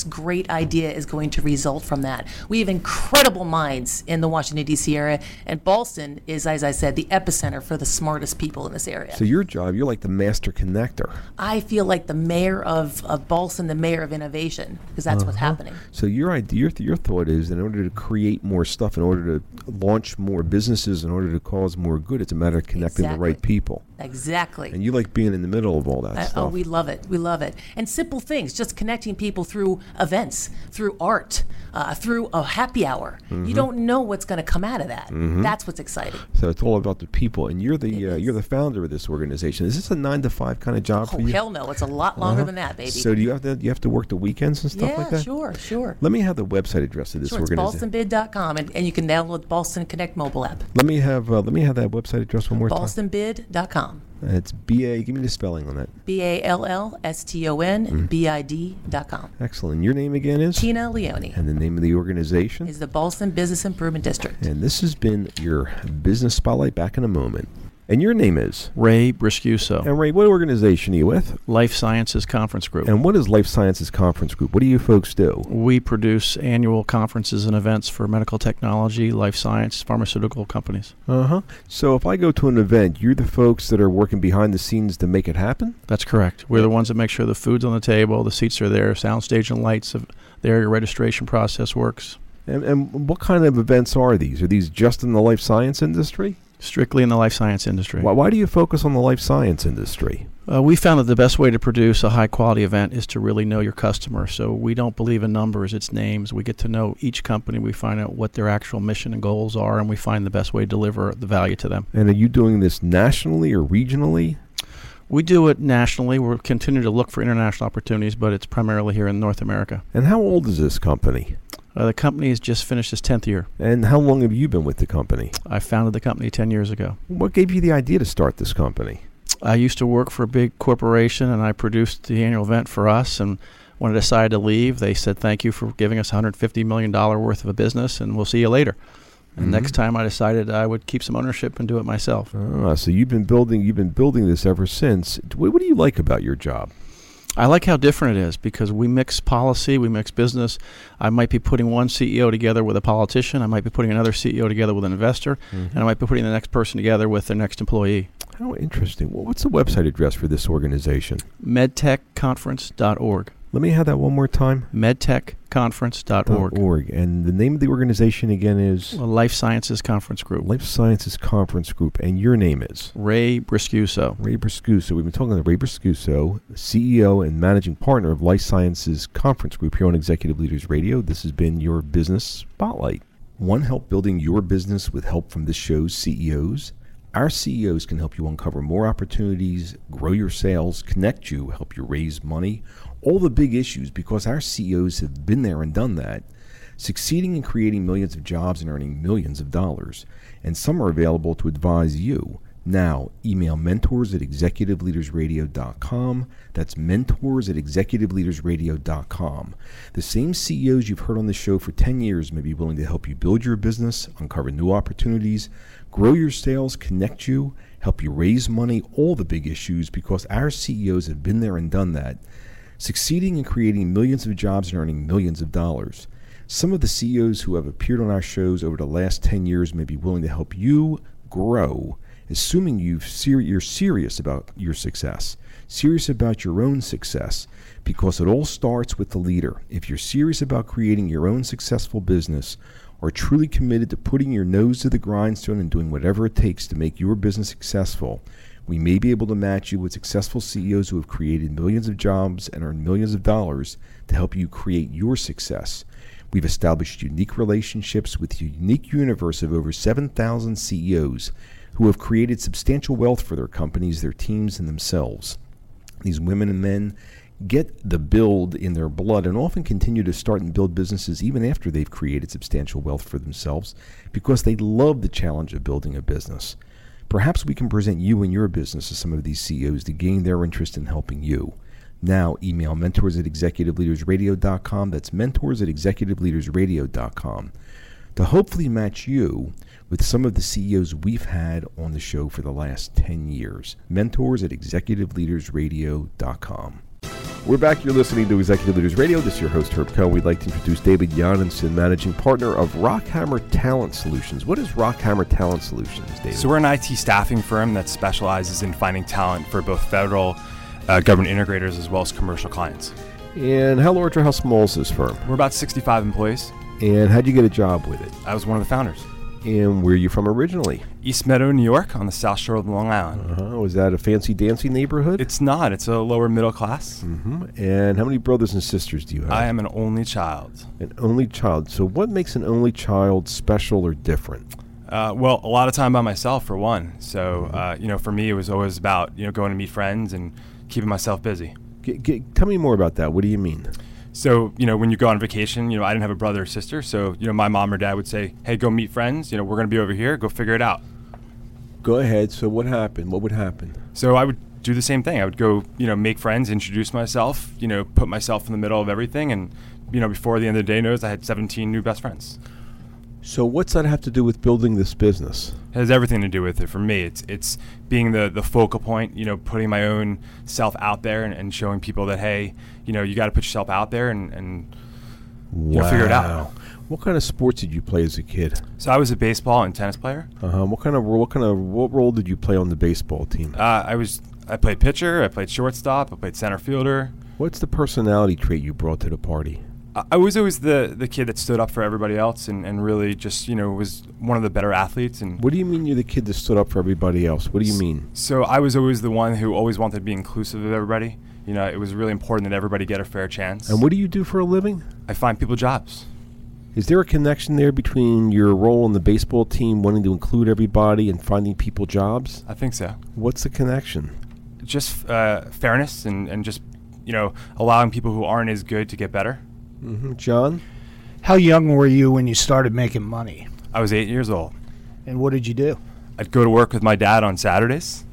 Speaker 13: great idea is going to result from that. We have incredible minds in the Washington D.C. area, and Boston is, as I said, the epicenter for the smartest people in this area.
Speaker 1: so your job, you're like the master connector.
Speaker 13: I feel like the mayor of of Boston, the mayor of innovation, because that's what's
Speaker 1: Uh-huh.
Speaker 13: happening.
Speaker 1: So your idea, your, th- your thought is, in order to create more stuff, in order to launch more businesses, in order to cause more good, it's a matter of connecting the right people.
Speaker 13: Exactly.
Speaker 1: And you like being in the middle of all that
Speaker 13: Uh,
Speaker 1: stuff.
Speaker 13: oh, we love it. We love it. And simple things, just connecting people through events, through art, uh, through a happy hour.
Speaker 1: Mhm.
Speaker 13: You don't know what's going to come out of that.
Speaker 1: Mhm.
Speaker 13: That's what's exciting.
Speaker 1: so it's all about the people, and you're the uh, you're the founder of this organization. Is this a nine to five kind of job
Speaker 13: Oh,
Speaker 1: for you?
Speaker 13: hell no. It's a lot longer
Speaker 1: Uh-huh.
Speaker 13: than that, baby.
Speaker 1: So do you have to you have to work the weekends and stuff
Speaker 13: yeah,
Speaker 1: like that?
Speaker 13: sure, sure.
Speaker 1: Let me have the website address of this
Speaker 13: Sure, it's
Speaker 1: organization.
Speaker 13: bostonbid.com, and, and you can download Boston Connect mobile app.
Speaker 1: Let me have uh, let me have that website address one more
Speaker 13: Bostonbid.com.
Speaker 1: time. It's B A. Give me the spelling on that.
Speaker 13: B A L L S T O
Speaker 1: Mm-hmm.
Speaker 13: N B I D dot com.
Speaker 1: Excellent. Your name again is
Speaker 13: Tina Leone
Speaker 1: and the name of the organization.
Speaker 13: is the Boston Business Improvement District.
Speaker 1: And this has been your business spotlight. Back in a moment. And your name is
Speaker 14: Ray Briscuso.
Speaker 1: And Ray, what organization are you with?
Speaker 14: Life Sciences Conference Group.
Speaker 1: And what is Life Sciences Conference Group? What do you folks do?
Speaker 14: we produce annual conferences and events for medical technology, life science, pharmaceutical companies.
Speaker 1: Uh huh. So if I go to an event, you're the folks that are working behind the scenes to make it happen.
Speaker 14: That's correct. We're the ones that make sure the food's on the table, the seats are there, sound stage and lights are there, your registration process works.
Speaker 1: And, and what kind of events are these? Are these just in the life science industry?
Speaker 14: Strictly in the life science industry.
Speaker 1: Why, why do you focus on the life science industry?
Speaker 14: Uh, we found that the best way to produce a high quality event is to really know your customer. So we don't believe in numbers, it's names. We get to know each company, we find out what their actual mission and goals are, and we find the best way to deliver the value to them.
Speaker 1: And are you doing this nationally or regionally?
Speaker 14: We do it nationally. We're continuing to look for international opportunities, but it's primarily here in North America.
Speaker 1: And how old is this company?
Speaker 14: Uh, the company has just finished its 10th year.
Speaker 1: And how long have you been with the company?
Speaker 14: I founded the company 10 years ago.
Speaker 1: What gave you the idea to start this company?
Speaker 14: I used to work for a big corporation and I produced the annual event for us. And when I decided to leave, they said, Thank you for giving us $150 million worth of a business and we'll see you later. And
Speaker 1: Mhm.
Speaker 14: next time I decided I would keep some ownership and do it myself.
Speaker 1: Ah, so you've been building you've been building this ever since. Wh- What do you like about your job?
Speaker 14: I like how different it is because we mix policy, we mix business. I might be putting one CEO together with a politician, I might be putting another CEO together with an investor,
Speaker 1: Mhm.
Speaker 14: and I might be putting the next person together with their next employee.
Speaker 1: How interesting. Wh- What's the website address for this organization?
Speaker 14: Medtechconference.org.
Speaker 1: Let me have that one more time.
Speaker 14: Medtechconference.org.
Speaker 1: org. And the name of the organization again is
Speaker 14: Life Sciences Conference Group.
Speaker 1: Life Sciences Conference Group. And your name is
Speaker 14: Ray Briscuso.
Speaker 1: Ray Briscuso. We've been talking to Ray Briscuso, CEO and managing partner of Life Sciences Conference Group here on Executive Leaders Radio. This has been your business spotlight. One help building your business with help from this show's CEOs. Our CEOs can help you uncover more opportunities, grow your sales, connect you, help you raise money, all the big issues because our CEOs have been there and done that succeeding in creating millions of jobs and earning millions of dollars. And some are available to advise you. Now, email mentors at executiveleadersradio.com. That's mentors at executiveleadersradio.com. The same CEOs you've heard on the show for 10 years may be willing to help you build your business, uncover new opportunities, grow your sales, connect you, help you raise money, all the big issues, because our CEOs have been there and done that succeeding in creating millions of jobs and earning millions of dollars. Some of the CEOs who have appeared on our shows over the last 10 years may be willing to help you grow, assuming you've ser- you're serious about your success, serious about your own success, because it all starts with the leader. If you're serious about creating your own successful business, are truly committed to putting your nose to the grindstone and doing whatever it takes to make your business successful, We may be able to match you with successful CEOs who have created millions of jobs and earned millions of dollars to help you create your success. We've established unique relationships with a unique universe of over 7,000 CEOs E who have created substantial wealth for their companies, their teams, and themselves. These women and men get the build in their blood and often continue to start and build businesses even after they've created substantial wealth for themselves because they love the challenge of building a business. Perhaps we can present you and your business to some of these CEOs to gain their interest in helping you. Now, email mentors at executiveleadersradio.com. That's mentors at executiveleadersradio.com to hopefully match you with some of the CEOs we've had on the show for the last 10 years. Mentors at executiveleadersradio.com.
Speaker 9: We're back. You're listening to Executive Leaders Radio. This is your host, Herb Cohen. We'd like to introduce David Janensen, managing partner of Rockhammer Talent Solutions. What is Rockhammer Talent Solutions, David?
Speaker 4: So we're an IT staffing firm that specializes in finding talent for both federal uh, government integrators as well as commercial clients.
Speaker 9: And how large or how small is this firm?
Speaker 4: We're about 65 employees.
Speaker 9: And how'd you get a job with it?
Speaker 4: I was one of the founders.
Speaker 9: And where are you from originally?
Speaker 4: East Meadow, New York, on the south shore of Long Island.
Speaker 9: Uh-huh. Was that a fancy dancy neighborhood?
Speaker 4: It's not. It's a lower middle class.
Speaker 9: Mm-hmm. And how many brothers and sisters do you have?
Speaker 4: I am an only child.
Speaker 9: An only child. So, what makes an only child special or different?
Speaker 4: Uh, well, a lot of time by myself, for one. So,
Speaker 9: Mm-hmm.
Speaker 4: uh, you know, for me, it was always about you know going to meet friends and keeping myself busy.
Speaker 9: G- g- tell me more about that. What do you mean?
Speaker 4: So, you know, when you go on vacation, you know, I didn't have a brother or sister. So, you know, my mom or dad would say, hey, go meet friends. You know, we're going to be over here. Go figure it out.
Speaker 9: Go ahead. So, what happened? What would happen?
Speaker 4: So, I would do the same thing. I would go, you know, make friends, introduce myself, you know, put myself in the middle of everything. And, you know, before the end of the day knows, I had 17 new best friends.
Speaker 9: So, what's that have to do with building this business?
Speaker 4: It has everything to do with it for me. It's it's being the the focal point, you know, putting my own self out there and, and showing people that hey, you know, you got to put yourself out there and and you know, figure it out.
Speaker 9: Wow. What kind of sports did you play as a kid?
Speaker 4: So I was a baseball and tennis player.
Speaker 9: Uh-huh. What kind of ro- what kind of what role did you play on the baseball team?
Speaker 4: Uh, I was I played pitcher, I played shortstop, I played center fielder.
Speaker 9: What's the personality trait you brought to the party?
Speaker 4: I- I was always the, the kid that stood up for everybody else and, and really just, you know, was one of the better athletes. And
Speaker 9: What do you mean you're the kid that stood up for everybody else? What do you mean?
Speaker 4: So I was always the one who always wanted to be inclusive of everybody. You know, it was really important that everybody get a fair chance.
Speaker 9: And what do you do for a living?
Speaker 4: I find people jobs.
Speaker 9: Is there a connection there between your role on the baseball team, wanting to include everybody, and finding people jobs?
Speaker 4: I think so.
Speaker 9: What's the connection?
Speaker 4: Just uh, fairness and, and just, you know, allowing people who aren't as good to get better.
Speaker 9: Mm-hmm. John?
Speaker 3: How young were you when you started making money?
Speaker 4: I was eight years old.
Speaker 3: And what did you do?
Speaker 4: I'd go to work with my dad on Saturdays.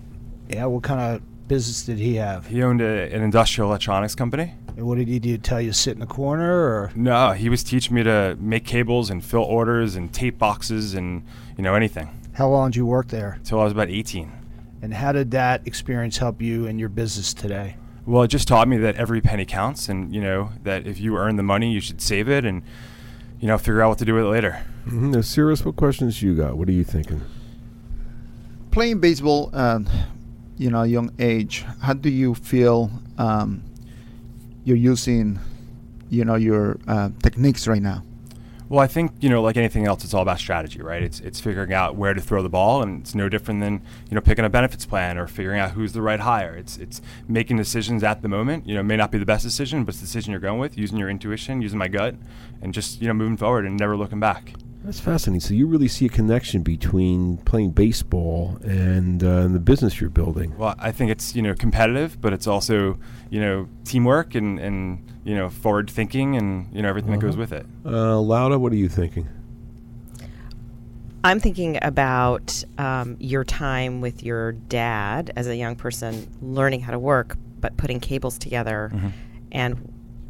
Speaker 3: Yeah, what kind of business did he have?
Speaker 4: He owned a, an industrial electronics company.
Speaker 3: And what did he do? Tell you to sit in the corner or?
Speaker 4: No, he was teaching me to make cables and fill orders and tape boxes and, you know, anything
Speaker 3: How long did you work there?
Speaker 4: until I was about 18.
Speaker 3: And how did that experience help you in your business today?
Speaker 4: Well, it just taught me that every penny counts and, you know, that if you earn the money, you should save it and, you know, figure out what to do with it later.
Speaker 9: Mm-hmm. Now, serious, what questions you got? What are you thinking?
Speaker 8: playing baseball at you know young age how do you feel um, you're using you know your uh, techniques right now
Speaker 4: Well, I think you know, like anything else, it's all about strategy, right? It's it's figuring out where to throw the ball, and it's no different than you know picking a benefits plan or figuring out who's the right hire. It's it's making decisions at the moment. You know, it may not be the best decision, but it's the decision you're going with, using your intuition, using my gut, and just you know moving forward and never looking back.
Speaker 9: That's fascinating. So you really see a connection between playing baseball and, uh, and the business you're building.
Speaker 4: Well, I think it's you know competitive, but it's also you know teamwork and and you know forward thinking and you know everything that goes
Speaker 9: Uh-huh.
Speaker 4: with it.
Speaker 9: Uh, Lauda, what are you thinking?
Speaker 5: I'm thinking about um, your time with your dad as a young person learning how to work, but putting cables together.
Speaker 4: Mhm.
Speaker 5: And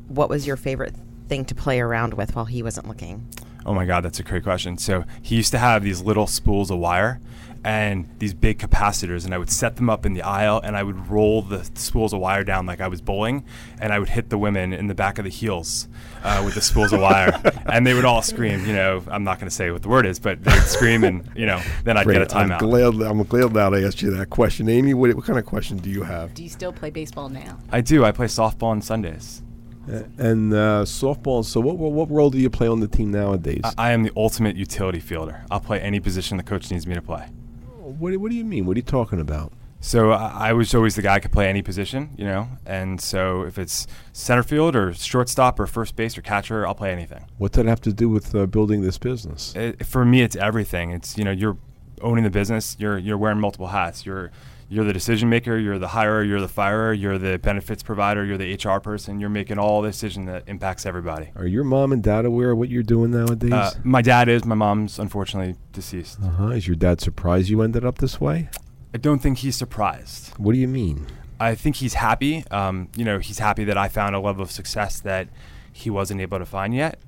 Speaker 5: what was your favorite thing to play around with while he wasn't looking?
Speaker 4: Oh my God, that's a great question. So he used to have these little spools of wire and these big capacitors, and I would set them up in the aisle and I would roll the spools of wire down like I was bowling, and I would hit the women in the back of the heels uh, with the spools of wire. And they would all scream, you know, I'm not going to say what the word is, but they'd scream, and, you know, then I'd
Speaker 9: Great.
Speaker 4: get a timeout.
Speaker 9: I'm glad, I'm glad that I asked you that question. Amy, what, what kind of question do you have?
Speaker 15: Do you still play baseball now?
Speaker 4: I do. I play softball on Sundays.
Speaker 9: Uh, and uh, softball. So, what, what what role do you play on the team nowadays?
Speaker 4: I, I am the ultimate utility fielder. I'll play any position the coach needs me to play.
Speaker 9: Oh, what, do- what do you mean? What are you talking about?
Speaker 4: So I I was always the guy who could play any position, you know. And so if it's center field or shortstop or first base or catcher, I'll play anything.
Speaker 1: What did that have to do with uh, building this business?
Speaker 4: It, for me, it's everything. It's you know you're owning the business. You're you're wearing multiple hats. You're you're the decision maker. You're the hirer. You're the firer. You're the benefits provider. You're the HR person. You're making all the decision that impacts everybody.
Speaker 1: Are your mom and dad aware of what you're doing nowadays?
Speaker 4: Uh, my dad is. My mom's unfortunately
Speaker 9: Oh.
Speaker 4: deceased.
Speaker 1: uh-huh. Is your dad surprised you ended up this way?
Speaker 4: I don't think he's surprised.
Speaker 1: What do you mean?
Speaker 4: I think he's happy. Um, you know, he's happy that I found a level of success that he wasn't able to find yet.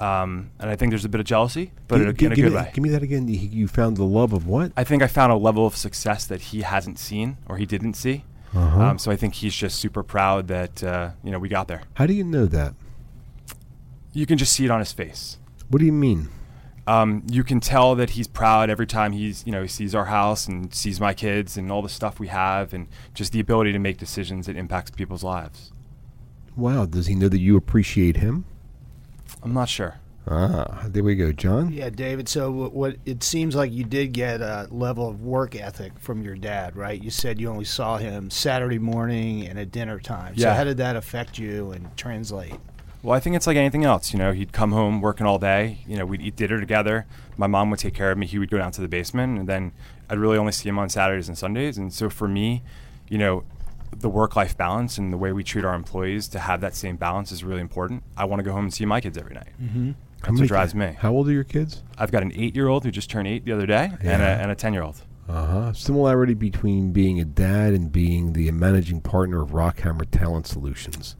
Speaker 4: Um, and I think there's a bit of jealousy, but in a, in a
Speaker 1: give,
Speaker 4: good
Speaker 1: me,
Speaker 4: way.
Speaker 1: give me that again. You- You found the love of what?
Speaker 4: I think I found a level of success that he hasn't seen or he didn't see.
Speaker 1: Uh-huh.
Speaker 4: Um, so I think he's just super proud that uh, you know we got there.
Speaker 1: How do you know that?
Speaker 4: You can just see it on his face.
Speaker 1: What do you mean?
Speaker 4: Um, you can tell that he's proud every time he's you know he sees our house and sees my kids and all the stuff we have and just the ability to make decisions that impacts people's lives.
Speaker 1: Wow, does he know that you appreciate him?
Speaker 4: I'm not sure.
Speaker 1: Ah, there we go, John.
Speaker 3: Yeah, David. So what, what it seems like you did get a level of work ethic from your dad, right? You said you only saw him Saturday morning and at dinner time. So
Speaker 4: Yeah.
Speaker 3: how did that affect you and translate?
Speaker 4: Well, I think it's like anything else. You know, he'd come home working all day. You know, we'd eat dinner together. My mom would take care of me. He would go down to the basement, and then I'd really only see him on Saturdays and Sundays. And so for me, you know, the work-life balance and the way we treat our employees to have that same balance is really important. I want to go home and see my kids every night.
Speaker 1: Mhm. How
Speaker 4: That's
Speaker 1: many
Speaker 4: what drives
Speaker 1: ki-
Speaker 4: me.
Speaker 1: How old are your kids?
Speaker 4: I've got an eight-year-old who just turned eight the other day, and a
Speaker 1: Yeah.
Speaker 4: and a ten-year-old.
Speaker 1: Uh huh. Similarity between being a dad and being the managing partner of Rockhammer Talent Solutions.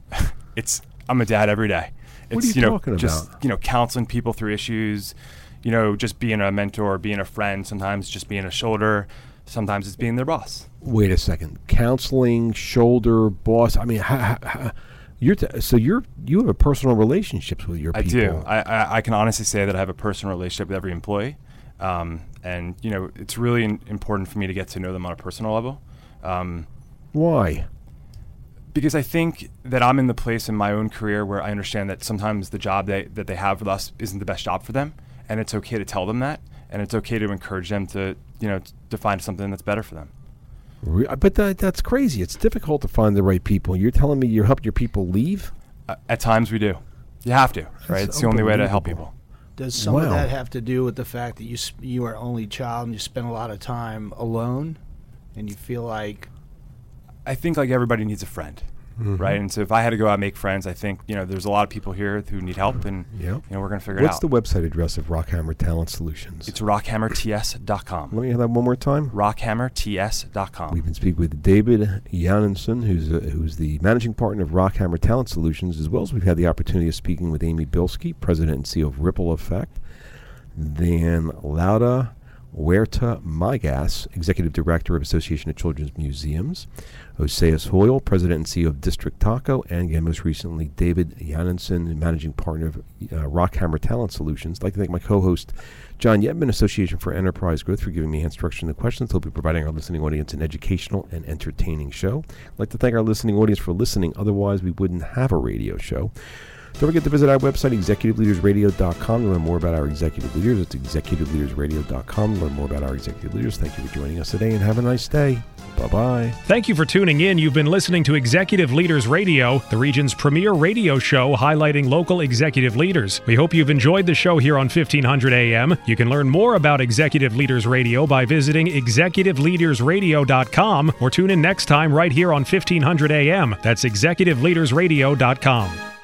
Speaker 4: it's I'm a dad every day. It's
Speaker 1: What are you
Speaker 4: know
Speaker 1: talking
Speaker 4: just you know counseling people through issues, you know just being a mentor, being a friend, sometimes just being a shoulder, sometimes it's being their boss.
Speaker 1: Wait a second. Counseling, shoulder, boss. I mean, ha, ha, ha. you're t- so you're you have a personal relationships with your
Speaker 4: I
Speaker 1: people.
Speaker 4: do. I, I I can honestly say that I have a personal relationship with every employee, um, and you know it's really in, important for me to get to know them on a personal level. Um,
Speaker 1: Why?
Speaker 4: because I think that I'm in the place in my own career where I understand that sometimes the job they, that they have with us isn't the best job for them, and it's okay to tell them that, and it's okay to encourage them to you know t- to find something that's better for them.
Speaker 1: Re- But that, that's crazy. It's difficult to find the right people. You're telling me you helped your people leave?
Speaker 4: Uh, at times we do. You have to, right?
Speaker 1: That's
Speaker 4: it's the only way to help people.
Speaker 3: Does some of
Speaker 1: Wow.
Speaker 3: that have to do with the fact that you s- you are only child and you spend a lot of time alone, and you feel like
Speaker 4: I think like everybody needs a friend,
Speaker 1: Mhm.
Speaker 4: right? And so if I had to go out and make friends, I think you know there's a lot of people here who need help, and
Speaker 1: Yeah.
Speaker 4: you know we're gonna figure
Speaker 1: What's
Speaker 4: it
Speaker 1: the
Speaker 4: out.
Speaker 1: website address of Rockhammer Talent Solutions?
Speaker 4: it's rockhammerts.com.
Speaker 1: Let me have that one more time.
Speaker 4: Rockhammerts.com.
Speaker 1: We've been speaking with David Janensen, who's uh, who's the managing partner of Rockhammer Talent Solutions, as well as we've had the opportunity of speaking with Amy Bilski, president and CEO of Ripple Effect, then Lauda Huerta Magas, executive director of Association of Children's Museums, Oseas Hoyle, president and CEO of District Taco, and again, most recently, David Janensen, managing partner of uh, Rockhammer Talent Solutions. I'd like to thank my co-host, John Yetman, Association for Enterprise Growth, for giving me instruction and questions. He'll be providing our listening audience an educational and entertaining show. I'd like to thank our listening audience for listening. Otherwise, we wouldn't have a radio show. Don't forget to visit our website, executiveleadersradio.com, to learn more about our executive leaders. It's executiveleadersradio.com to learn more about our executive leaders. Thank you for joining us today and have a nice day. Bye bye.
Speaker 16: Thank you for tuning in. You've been listening to Executive Leaders Radio, the region's premier radio show highlighting local executive leaders. We hope you've enjoyed the show here on 1500 AM. You can learn more about Executive Leaders Radio by visiting executiveleadersradio.com or tune in next time right here on 1500 AM. That's executiveleadersradio.com.